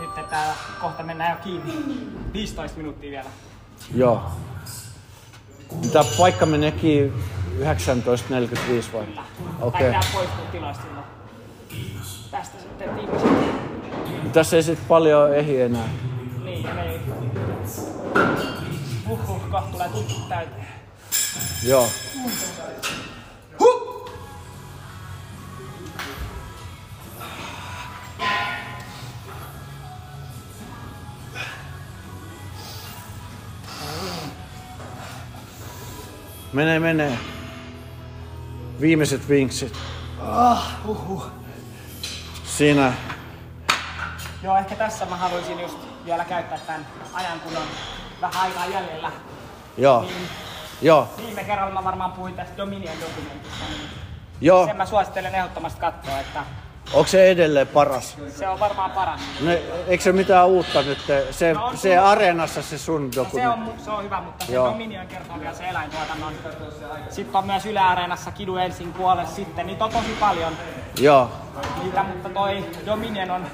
Speaker 2: nyt täällä kohta mennään jo kiinni. 15 minuuttia vielä.
Speaker 1: Joo. Tää paikka meneekin 19.45 vai? Okei.
Speaker 2: Kaikkea poistuu tiloista silloin. Tästä sitten tiimiset.
Speaker 1: Tässä ei sit paljon ehdi enää.
Speaker 2: Niin, ja ne ei... Uhuh, kohta tulee tuttu täyteen.
Speaker 1: Joo. Menee, menee. Viimeiset vinksit.
Speaker 2: Ah,
Speaker 1: Siinä.
Speaker 2: Joo, ehkä tässä mä haluaisin just vielä käyttää tämän ajan, kun on vähän aikaa jäljellä. Niin,
Speaker 1: Joo. Joo.
Speaker 2: Viime kerralla mä varmaan puhuin tästä Dominion dokumentista, niin
Speaker 1: Joo.
Speaker 2: sen mä suosittelen ehdottomasti katsoa, että
Speaker 1: Onko se edelleen paras?
Speaker 2: se on varmaan paras.
Speaker 1: No, eikö se ole mitään uutta nyt? Se,
Speaker 2: No on
Speaker 1: se
Speaker 2: tullut. No
Speaker 1: areenassa se sun
Speaker 2: Se on,
Speaker 1: dokumentti.
Speaker 2: mu- se on hyvä, mutta se
Speaker 1: Joo.
Speaker 2: Dominion kertoo vielä se eläintuotannon. Sitten on myös Yle Areenassa Kidu ensin kuole sitten, niitä on tosi paljon.
Speaker 1: Joo.
Speaker 2: niitä, mutta toi Dominion on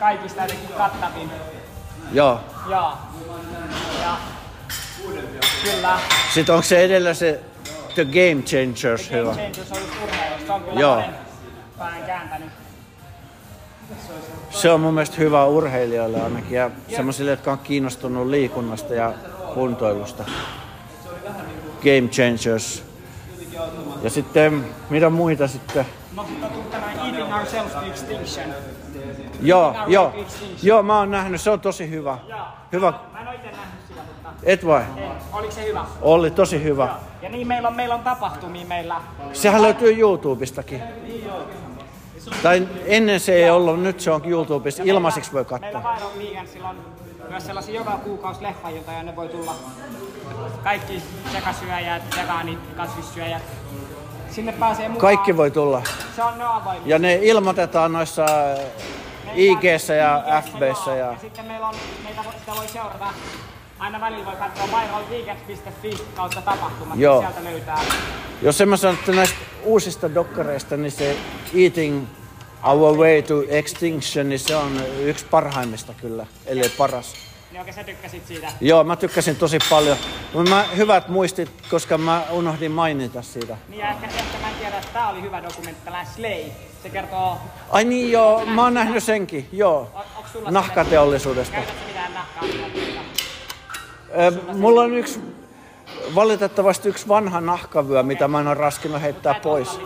Speaker 2: kaikista jotenkin kattavin.
Speaker 1: Joo.
Speaker 2: Joo. Ja kyllä,
Speaker 1: Sitten onko se edellä se The Game Changers
Speaker 2: Game
Speaker 1: hyvä?
Speaker 2: Changers on just urheilussa, se on kyllä
Speaker 1: Joo.
Speaker 2: monen pään kääntänyt.
Speaker 1: Se on mun mielestä hyvä urheilijoille ainakin ja semmoisille, jotka on kiinnostunut liikunnasta ja kuntoilusta. Game Changers. Ja sitten, mitä muita sitten?
Speaker 2: No sitten on tullut tänään Eating Ourselves to Extinction.
Speaker 1: Joo, joo, joo, mä oon nähnyt, se on tosi hyvä. Hyvä,
Speaker 2: Mä en oo ite nähnyt sitä, mutta
Speaker 1: et vai?
Speaker 2: ei. oliko se hyvä?
Speaker 1: Olli, tosi hyvä.
Speaker 2: Ja niin meillä on, meillä on tapahtumia meillä.
Speaker 1: Sehän löytyy YouTubestakin. Tai ennen se ei ollut, nyt se on YouTubessa. Ilmaiseksi voi
Speaker 2: Meillä
Speaker 1: katsoa.
Speaker 2: Vairon Weekendsillä on myös sellaisia joka kuukausi leffailta ja ne voi tulla kaikki sekasyöjät, vegaanit, kasvissyöjät. Sinne pääsee mukaan.
Speaker 1: Kaikki voi tulla.
Speaker 2: Se on ne avoimia.
Speaker 1: Ja ne ilmoitetaan noissa ig ja
Speaker 2: Meillä-
Speaker 1: fb ja
Speaker 2: joo. ja sitten meillä on, meitä voi, sitä voi seurata aina välillä voi katsoa viralweekends.fi kautta tapahtumat,
Speaker 1: Joo.
Speaker 2: sieltä löytää.
Speaker 1: Jos en mä sano, että näistä uusista dokkareista, niin se Eating Our Way to Extinction, niin se on yksi parhaimmista kyllä, ellei paras.
Speaker 2: Niin oikein sä tykkäsit siitä.
Speaker 1: Joo, mä tykkäsin tosi paljon. Mut Mä hyvät muistit, koska mä unohdin mainita siitä.
Speaker 2: Niin ja ehkä, ehkä mä en tiedä, että tää oli hyvä dokumentti, tällainen Slay. Se kertoo,
Speaker 1: Ai niin joo, mä oon nähnyt senkin, joo.
Speaker 2: on, onko sulla
Speaker 1: Nahkateollisuudesta.
Speaker 2: Käytätkö mitään nahkaa?
Speaker 1: Ö, Eh, Mulla on yksi, valitettavasti yksi vanha nahkavyö, mitä mä en ole raskinut heittää pois.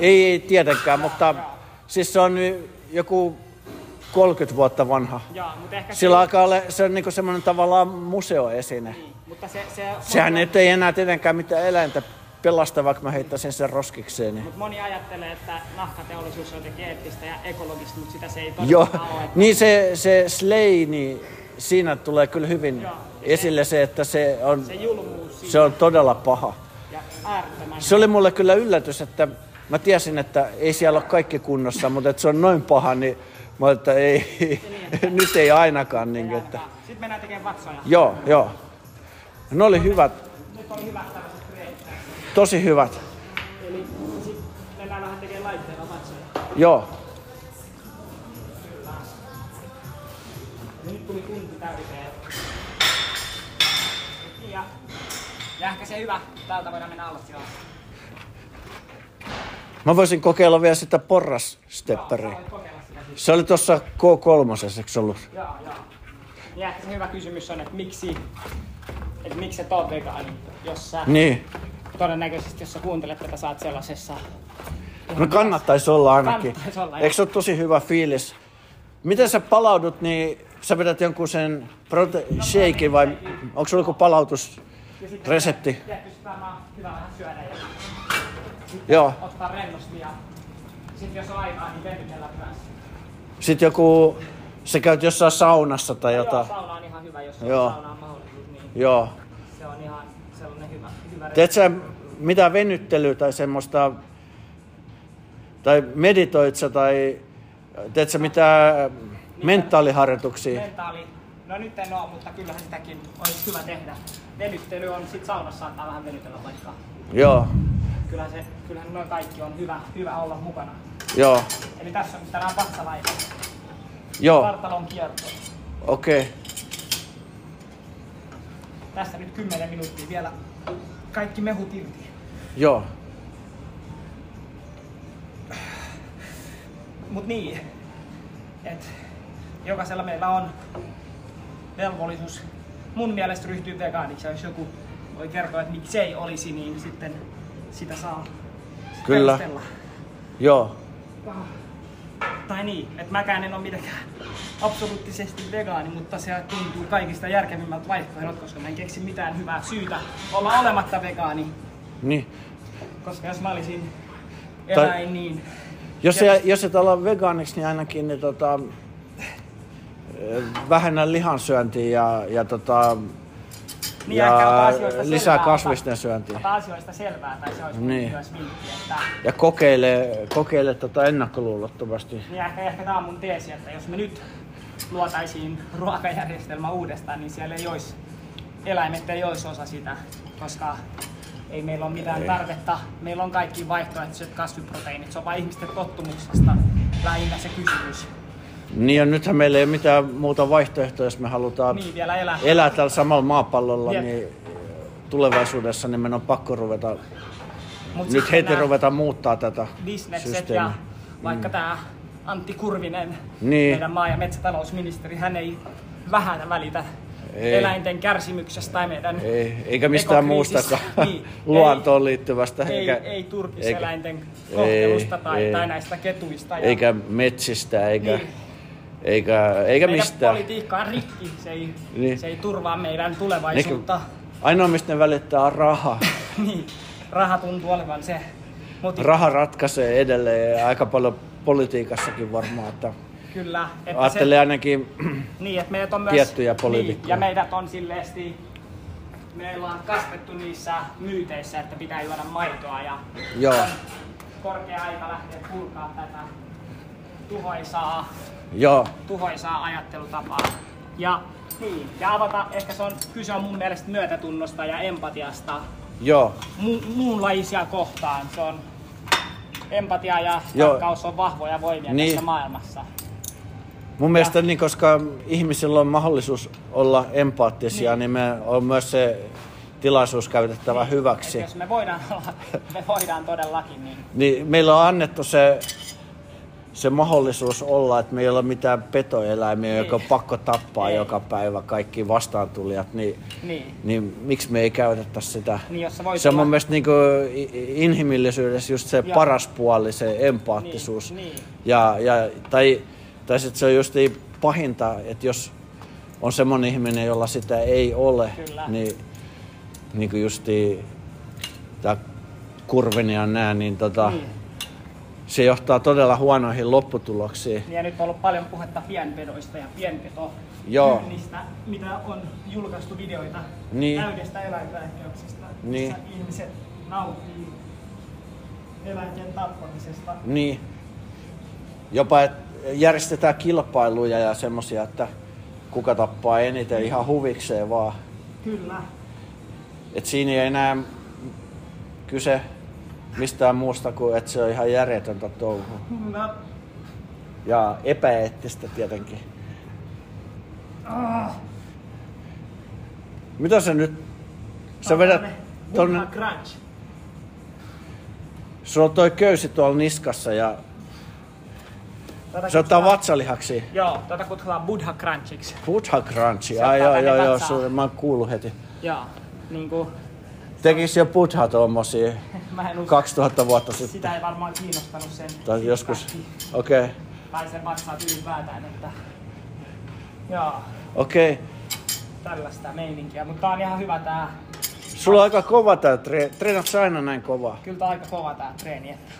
Speaker 1: Ei, ei tietenkään, mutta siis se on y- joku 30 vuotta vanha.
Speaker 2: Joo, mutta ehkä
Speaker 1: Sillä alkaa olla, se on niinku semmoinen tavallaan museoesine.
Speaker 2: se, mutta se, se
Speaker 1: Sehän
Speaker 2: moni,
Speaker 1: nyt ei enää tietenkään mitään eläintä pelasta, vaikka mä heittäisin sen roskikseen. Niin.
Speaker 2: mut moni ajattelee, että nahkateollisuus on jotenkin eettistä ja ekologista, mutta sitä se ei
Speaker 1: Joo,
Speaker 2: todellakaan ole.
Speaker 1: niin se, se Slay, niin siinä tulee kyllä hyvin
Speaker 2: Joo.
Speaker 1: esille se, että se on,
Speaker 2: Se julmuus siinä
Speaker 1: se on todella paha.
Speaker 2: ja äärettömän.
Speaker 1: Se oli mulle kyllä yllätys, että mä tiesin, että ei siellä ole kaikki kunnossa, mutta että se on noin paha, niin mä olin, että ei, nyt ei ainakaan. Niin, kuin, että.
Speaker 2: Sitten mennään tekemään vatsoja.
Speaker 1: Joo, joo. Ne oli hyvät,
Speaker 2: Nyt oli hyvä tällaiset treenit.
Speaker 1: tosi hyvät.
Speaker 2: Eli sitten mennään vähän tekemään laitteella vatsoja.
Speaker 1: Joo,
Speaker 2: Ja nyt tuli tunti täyteen. Niin Ja, ja ehkä se hyvä. Täältä voidaan mennä alas joo.
Speaker 1: Mä voisin kokeilla vielä sitä
Speaker 2: Sä
Speaker 1: porrasstepperiä.
Speaker 2: voit kokeilla sitä sitten.
Speaker 1: Se oli tuossa K3, eikö ollut?
Speaker 2: Joo, joo. Ja ehkä se hyvä kysymys on, että miksi, että miksi et oot vegaani, jos sä
Speaker 1: Niin.
Speaker 2: todennäköisesti, jos sä kuuntelet tätä, saat sellaisessa...
Speaker 1: No kannattaisi olla ainakin.
Speaker 2: Kannattaisi olla, joo.
Speaker 1: Eikö se ole tosi hyvä fiilis? Miten sä palaudut, niin sä vedät jonkun sen
Speaker 2: No,
Speaker 1: prote- shake vai onko sulla joku palautusresepti?
Speaker 2: Tietysti varmaan hyvä vähän syödä ja
Speaker 1: Joo.
Speaker 2: ottaa rennosti ja sitten jos on aikaa, niin venytellä myös.
Speaker 1: Sitten joku, sä käyt jossain saunassa tai
Speaker 2: Joo,
Speaker 1: jotain.
Speaker 2: sauna on ihan hyvä, jos
Speaker 1: Joo.
Speaker 2: on saunaan mahdollisuus, niin
Speaker 1: Joo.
Speaker 2: se on ihan sellainen hyvä, hyvä
Speaker 1: Teet sä mitä venyttelyä tai semmoista, tai meditoit sä tai teet sä mitä mentaaliharjoituksia?
Speaker 2: mentaali. No nyt en oo, mutta kyllähän sitäkin olisi hyvä tehdä. Venyttely on, sit saunassa saattaa vähän venytellä vaikka.
Speaker 1: Joo,
Speaker 2: Kyllähän, se, kyllähän noin kaikki on hyvä, hyvä olla mukana.
Speaker 1: joo,
Speaker 2: Eli tässä on tänään vatsalaita.
Speaker 1: joo,
Speaker 2: Vartalon kierto.
Speaker 1: okei. Okay.
Speaker 2: Tästä nyt 10 minuuttia vielä. Kaikki mehut irti.
Speaker 1: Joo,
Speaker 2: Mut niin, et jokaisella meillä on velvollisuus mun mielestä ryhtyä vegaaniksi. Ja jos joku voi kertoa, että miksei olisi, niin sitten sitä saa
Speaker 1: Kyllä.
Speaker 2: perustella.
Speaker 1: joo,
Speaker 2: Tai niin, että mäkään en ole mitenkään absoluuttisesti vegaani, mutta se tuntuu kaikista järkevimmältä vaihtoehdolta, koska mä en keksi mitään hyvää syytä olla olematta vegaani.
Speaker 1: niin.
Speaker 2: Koska jos mä olisin
Speaker 1: Tai-
Speaker 2: eläin, niin
Speaker 1: Jos, ei, jos et ala vegaaniksi, niin ainakin niin tota, ö, vähennä lihansyöntiä ja, ja, tota,
Speaker 2: Niin, ja ehkä ota asioista
Speaker 1: lisää
Speaker 2: selvää,
Speaker 1: kasvisten
Speaker 2: ota-
Speaker 1: syöntiä.
Speaker 2: Ota asioista selvää, tai se olisi
Speaker 1: Niin.
Speaker 2: niin. myös vinkki, että
Speaker 1: ja kokeile, kokeile tota ennakkoluulottomasti.
Speaker 2: niin ehkä, ehkä tämä on mun teesi, että jos me nyt luotaisiin ruokajärjestelmä uudestaan, niin siellä ei olisi, eläimet ei olisi osa sitä, koska ei meillä ole mitään
Speaker 1: Ei.
Speaker 2: ei. tarvetta. Meillä on kaikki vaihtoehtoiset kasviproteiinit, se on vain ihmisten tottumuksesta lähinnä se kysymys.
Speaker 1: Niin ja nythän meillä ei ole mitään muuta vaihtoehtoa, jos me halutaan
Speaker 2: Niin vielä elää.
Speaker 1: elää täällä samalla maapallolla,
Speaker 2: Jep.
Speaker 1: niin tulevaisuudessa niin meidän on pakko ruveta,
Speaker 2: Mut
Speaker 1: nyt
Speaker 2: sitten
Speaker 1: heti
Speaker 2: nää-
Speaker 1: ruveta muuttaa tätä
Speaker 2: bisnekset
Speaker 1: systeemiä.
Speaker 2: ja vaikka tämä Antti Kurvinen,
Speaker 1: Mm. Niin.
Speaker 2: meidän maa- ja metsätalousministeri, hän ei vähän välitä
Speaker 1: Ei.
Speaker 2: eläinten kärsimyksestä tai meidän
Speaker 1: Ei, eikä mistään
Speaker 2: ekokriisistä. Niin,
Speaker 1: muustakaan luontoon liittyvästä.
Speaker 2: Ei,
Speaker 1: eikä,
Speaker 2: eikä, ei turkiseläinten
Speaker 1: Ei,
Speaker 2: kohtelusta tai,
Speaker 1: ei.
Speaker 2: tai näistä ketuista. Ja,
Speaker 1: eikä metsistä, eikä,
Speaker 2: Niin.
Speaker 1: eikä, eikä
Speaker 2: meidän
Speaker 1: mistään.
Speaker 2: politiikka on rikki, se ei,
Speaker 1: Niin.
Speaker 2: se ei turvaa meidän
Speaker 1: Niin kuin-
Speaker 2: tulevaisuutta.
Speaker 1: ainoa mistä ne välittää on raha.
Speaker 2: niin, raha tuntuu olevan se motiivi.
Speaker 1: Raha ratkaisee edelleen ja aika paljon politiikassakin varmaan. Että
Speaker 2: Kyllä. että se-
Speaker 1: ajattelee ainakin,
Speaker 2: Niin, että meidät on myös...
Speaker 1: Tiettyjä poliitikkoja.
Speaker 2: Niin, ja meidät on silleesti... Meillä on kasvettu niissä myyteissä, että pitää juoda maitoa ja
Speaker 1: joo,
Speaker 2: korkea aika lähteä purkaa tätä tuhoisaa,
Speaker 1: joo,
Speaker 2: tuhoisaa ajattelutapaa. Ja Niin, ja avata, ehkä se on, kyse on mun mielestä myötätunnosta ja empatiasta
Speaker 1: Joo,
Speaker 2: mu- muunlaisia kohtaan. Se on, empatia ja
Speaker 1: Joo.
Speaker 2: rakkaus on vahvoja voimia
Speaker 1: Niin.
Speaker 2: tässä maailmassa.
Speaker 1: Mun mielestä niin, koska ihmisillä on mahdollisuus olla empaattisia, niin,
Speaker 2: Niin.
Speaker 1: niin me on myös se tilaisuus käytettävä
Speaker 2: Et
Speaker 1: hyväksi.
Speaker 2: jos me voidaan olla, me voidaan todellakin, niin
Speaker 1: Niin meillä on annettu se, se mahdollisuus olla, että meillä ei ole mitään petoeläimiä,
Speaker 2: Niin.
Speaker 1: joka on pakko tappaa
Speaker 2: Ei.
Speaker 1: joka päivä kaikki vastaantulijat, niin,
Speaker 2: Niin.
Speaker 1: niin miksi me ei käytetä sitä?
Speaker 2: Niin, jos sä voit
Speaker 1: se on mun
Speaker 2: olla-
Speaker 1: mielestä niin inhimillisyydessä just se
Speaker 2: Joo.
Speaker 1: paras puoli, se empaattisuus.
Speaker 2: Niin, niin.
Speaker 1: Ja, ja, tai tai sitten se on just niin pahinta, että jos on semmoinen ihminen, jolla sitä ei ole,
Speaker 2: Kyllä.
Speaker 1: niin, niin kuin justiin tämä kurvinen ja nää, niin, tota,
Speaker 2: Niin.
Speaker 1: se johtaa todella huonoihin lopputuloksiin.
Speaker 2: Niin, Ja nyt on ollut paljon puhetta pienpedoista ja pienpeto
Speaker 1: Joo.
Speaker 2: mitä on julkaistu videoita
Speaker 1: Niin.
Speaker 2: täydestä eläinvälkeyksistä,
Speaker 1: Niin.
Speaker 2: missä ihmiset nauttii eläinten tappamisesta.
Speaker 1: Niin. Jopa et järjestetään kilpailuja ja semmoisia, että kuka tappaa eniten ihan huvikseen vaan.
Speaker 2: Kyllä,
Speaker 1: Et siinä ei enää kyse mistään muusta kuin, että se on ihan järjetöntä touhua.
Speaker 2: kyllä.
Speaker 1: Ja epäeettistä tietenkin.
Speaker 2: Ah,
Speaker 1: Mitä sä nyt... Sä vedät tonne...
Speaker 2: Tonne... Grudge.
Speaker 1: Sulla on toi köysi tuolla niskassa ja
Speaker 2: Tätä
Speaker 1: se ottaa
Speaker 2: kutsutaan-
Speaker 1: vatsalihaksi.
Speaker 2: Joo, tätä kutsutaan Buddha Crunchiksi.
Speaker 1: Buddha Crunchi.
Speaker 2: Se
Speaker 1: Ai
Speaker 2: ottaa
Speaker 1: joo
Speaker 2: tänne
Speaker 1: joo joo,
Speaker 2: vatsaa.
Speaker 1: su- mä oon kuullut heti.
Speaker 2: Joo, niin kuin,
Speaker 1: Tekis jo Buddha tommosia
Speaker 2: mä en usko,
Speaker 1: 2000 vuotta sitten.
Speaker 2: sitä ei varmaan kiinnostanut sen.
Speaker 1: Tai joskus. Okei. Okay.
Speaker 2: Tai sen vatsaat ylipäätään, että... Joo,
Speaker 1: Okei. Okay.
Speaker 2: tällaista meininkiä. Mutta tää on ihan hyvä tää,
Speaker 1: Sulla on aika kova tää tre- treenat sä aina näin kovaa.
Speaker 2: kyllä tää on aika kova tää treeni. Että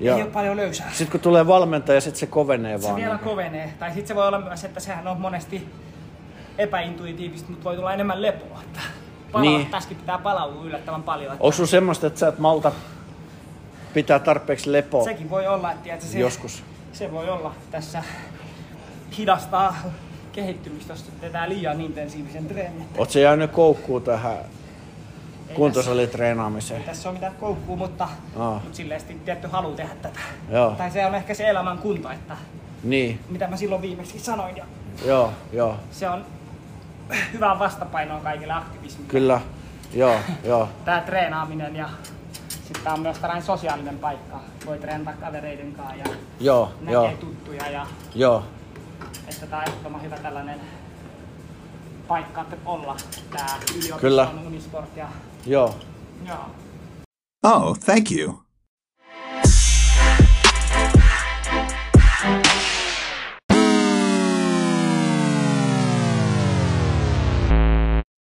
Speaker 1: Ja
Speaker 2: ei ole paljon löysää.
Speaker 1: sit kun tulee valmentaja, sit se kovenee
Speaker 2: Se
Speaker 1: vaan. niinku-
Speaker 2: vielä kovenee. Tai sit se voi olla myös, että sehän on monesti epäintuitiivista, mutta voi tulla enemmän lepoa. Että pala-
Speaker 1: Niin.
Speaker 2: niin. Tässäkin pitää palaua yllättävän paljon. Että
Speaker 1: Onko sun semmoista, että sä et malta pitää tarpeeksi lepoa
Speaker 2: sekin voi olla, että tiedätkö, se,
Speaker 1: joskus?
Speaker 2: se voi olla tässä hidastaa kehittymistä, jos tehdään liian intensiivisen treenin.
Speaker 1: Oot sä jäänyt koukkuun tähän
Speaker 2: Ei
Speaker 1: kuntosalitreenaamiseen?
Speaker 2: Ei tässä ole mitään koukkuu, mutta,
Speaker 1: Aa.
Speaker 2: mutta silleen sitten tietty halu tehdä tätä.
Speaker 1: Joo.
Speaker 2: Tai se on ehkä se elämän kunto, että
Speaker 1: Niin,
Speaker 2: mitä mä silloin viimeksi sanoin. Ja
Speaker 1: joo, joo,
Speaker 2: se on hyvää vastapainoa kaikille aktivismille.
Speaker 1: kyllä, joo, joo.
Speaker 2: Tää treenaaminen ja sitten tää on myös tällainen sosiaalinen paikka. Voi treenata kavereiden kanssa ja
Speaker 1: Joo,
Speaker 2: näkee
Speaker 1: joo,
Speaker 2: tuttuja ja
Speaker 1: joo.
Speaker 2: että tää on ehdottoman hyvä tällainen paikka että olla tää yliopiston
Speaker 1: Kyllä.
Speaker 2: unisport ja
Speaker 1: Joo.
Speaker 2: joo.
Speaker 4: Oh, thank you.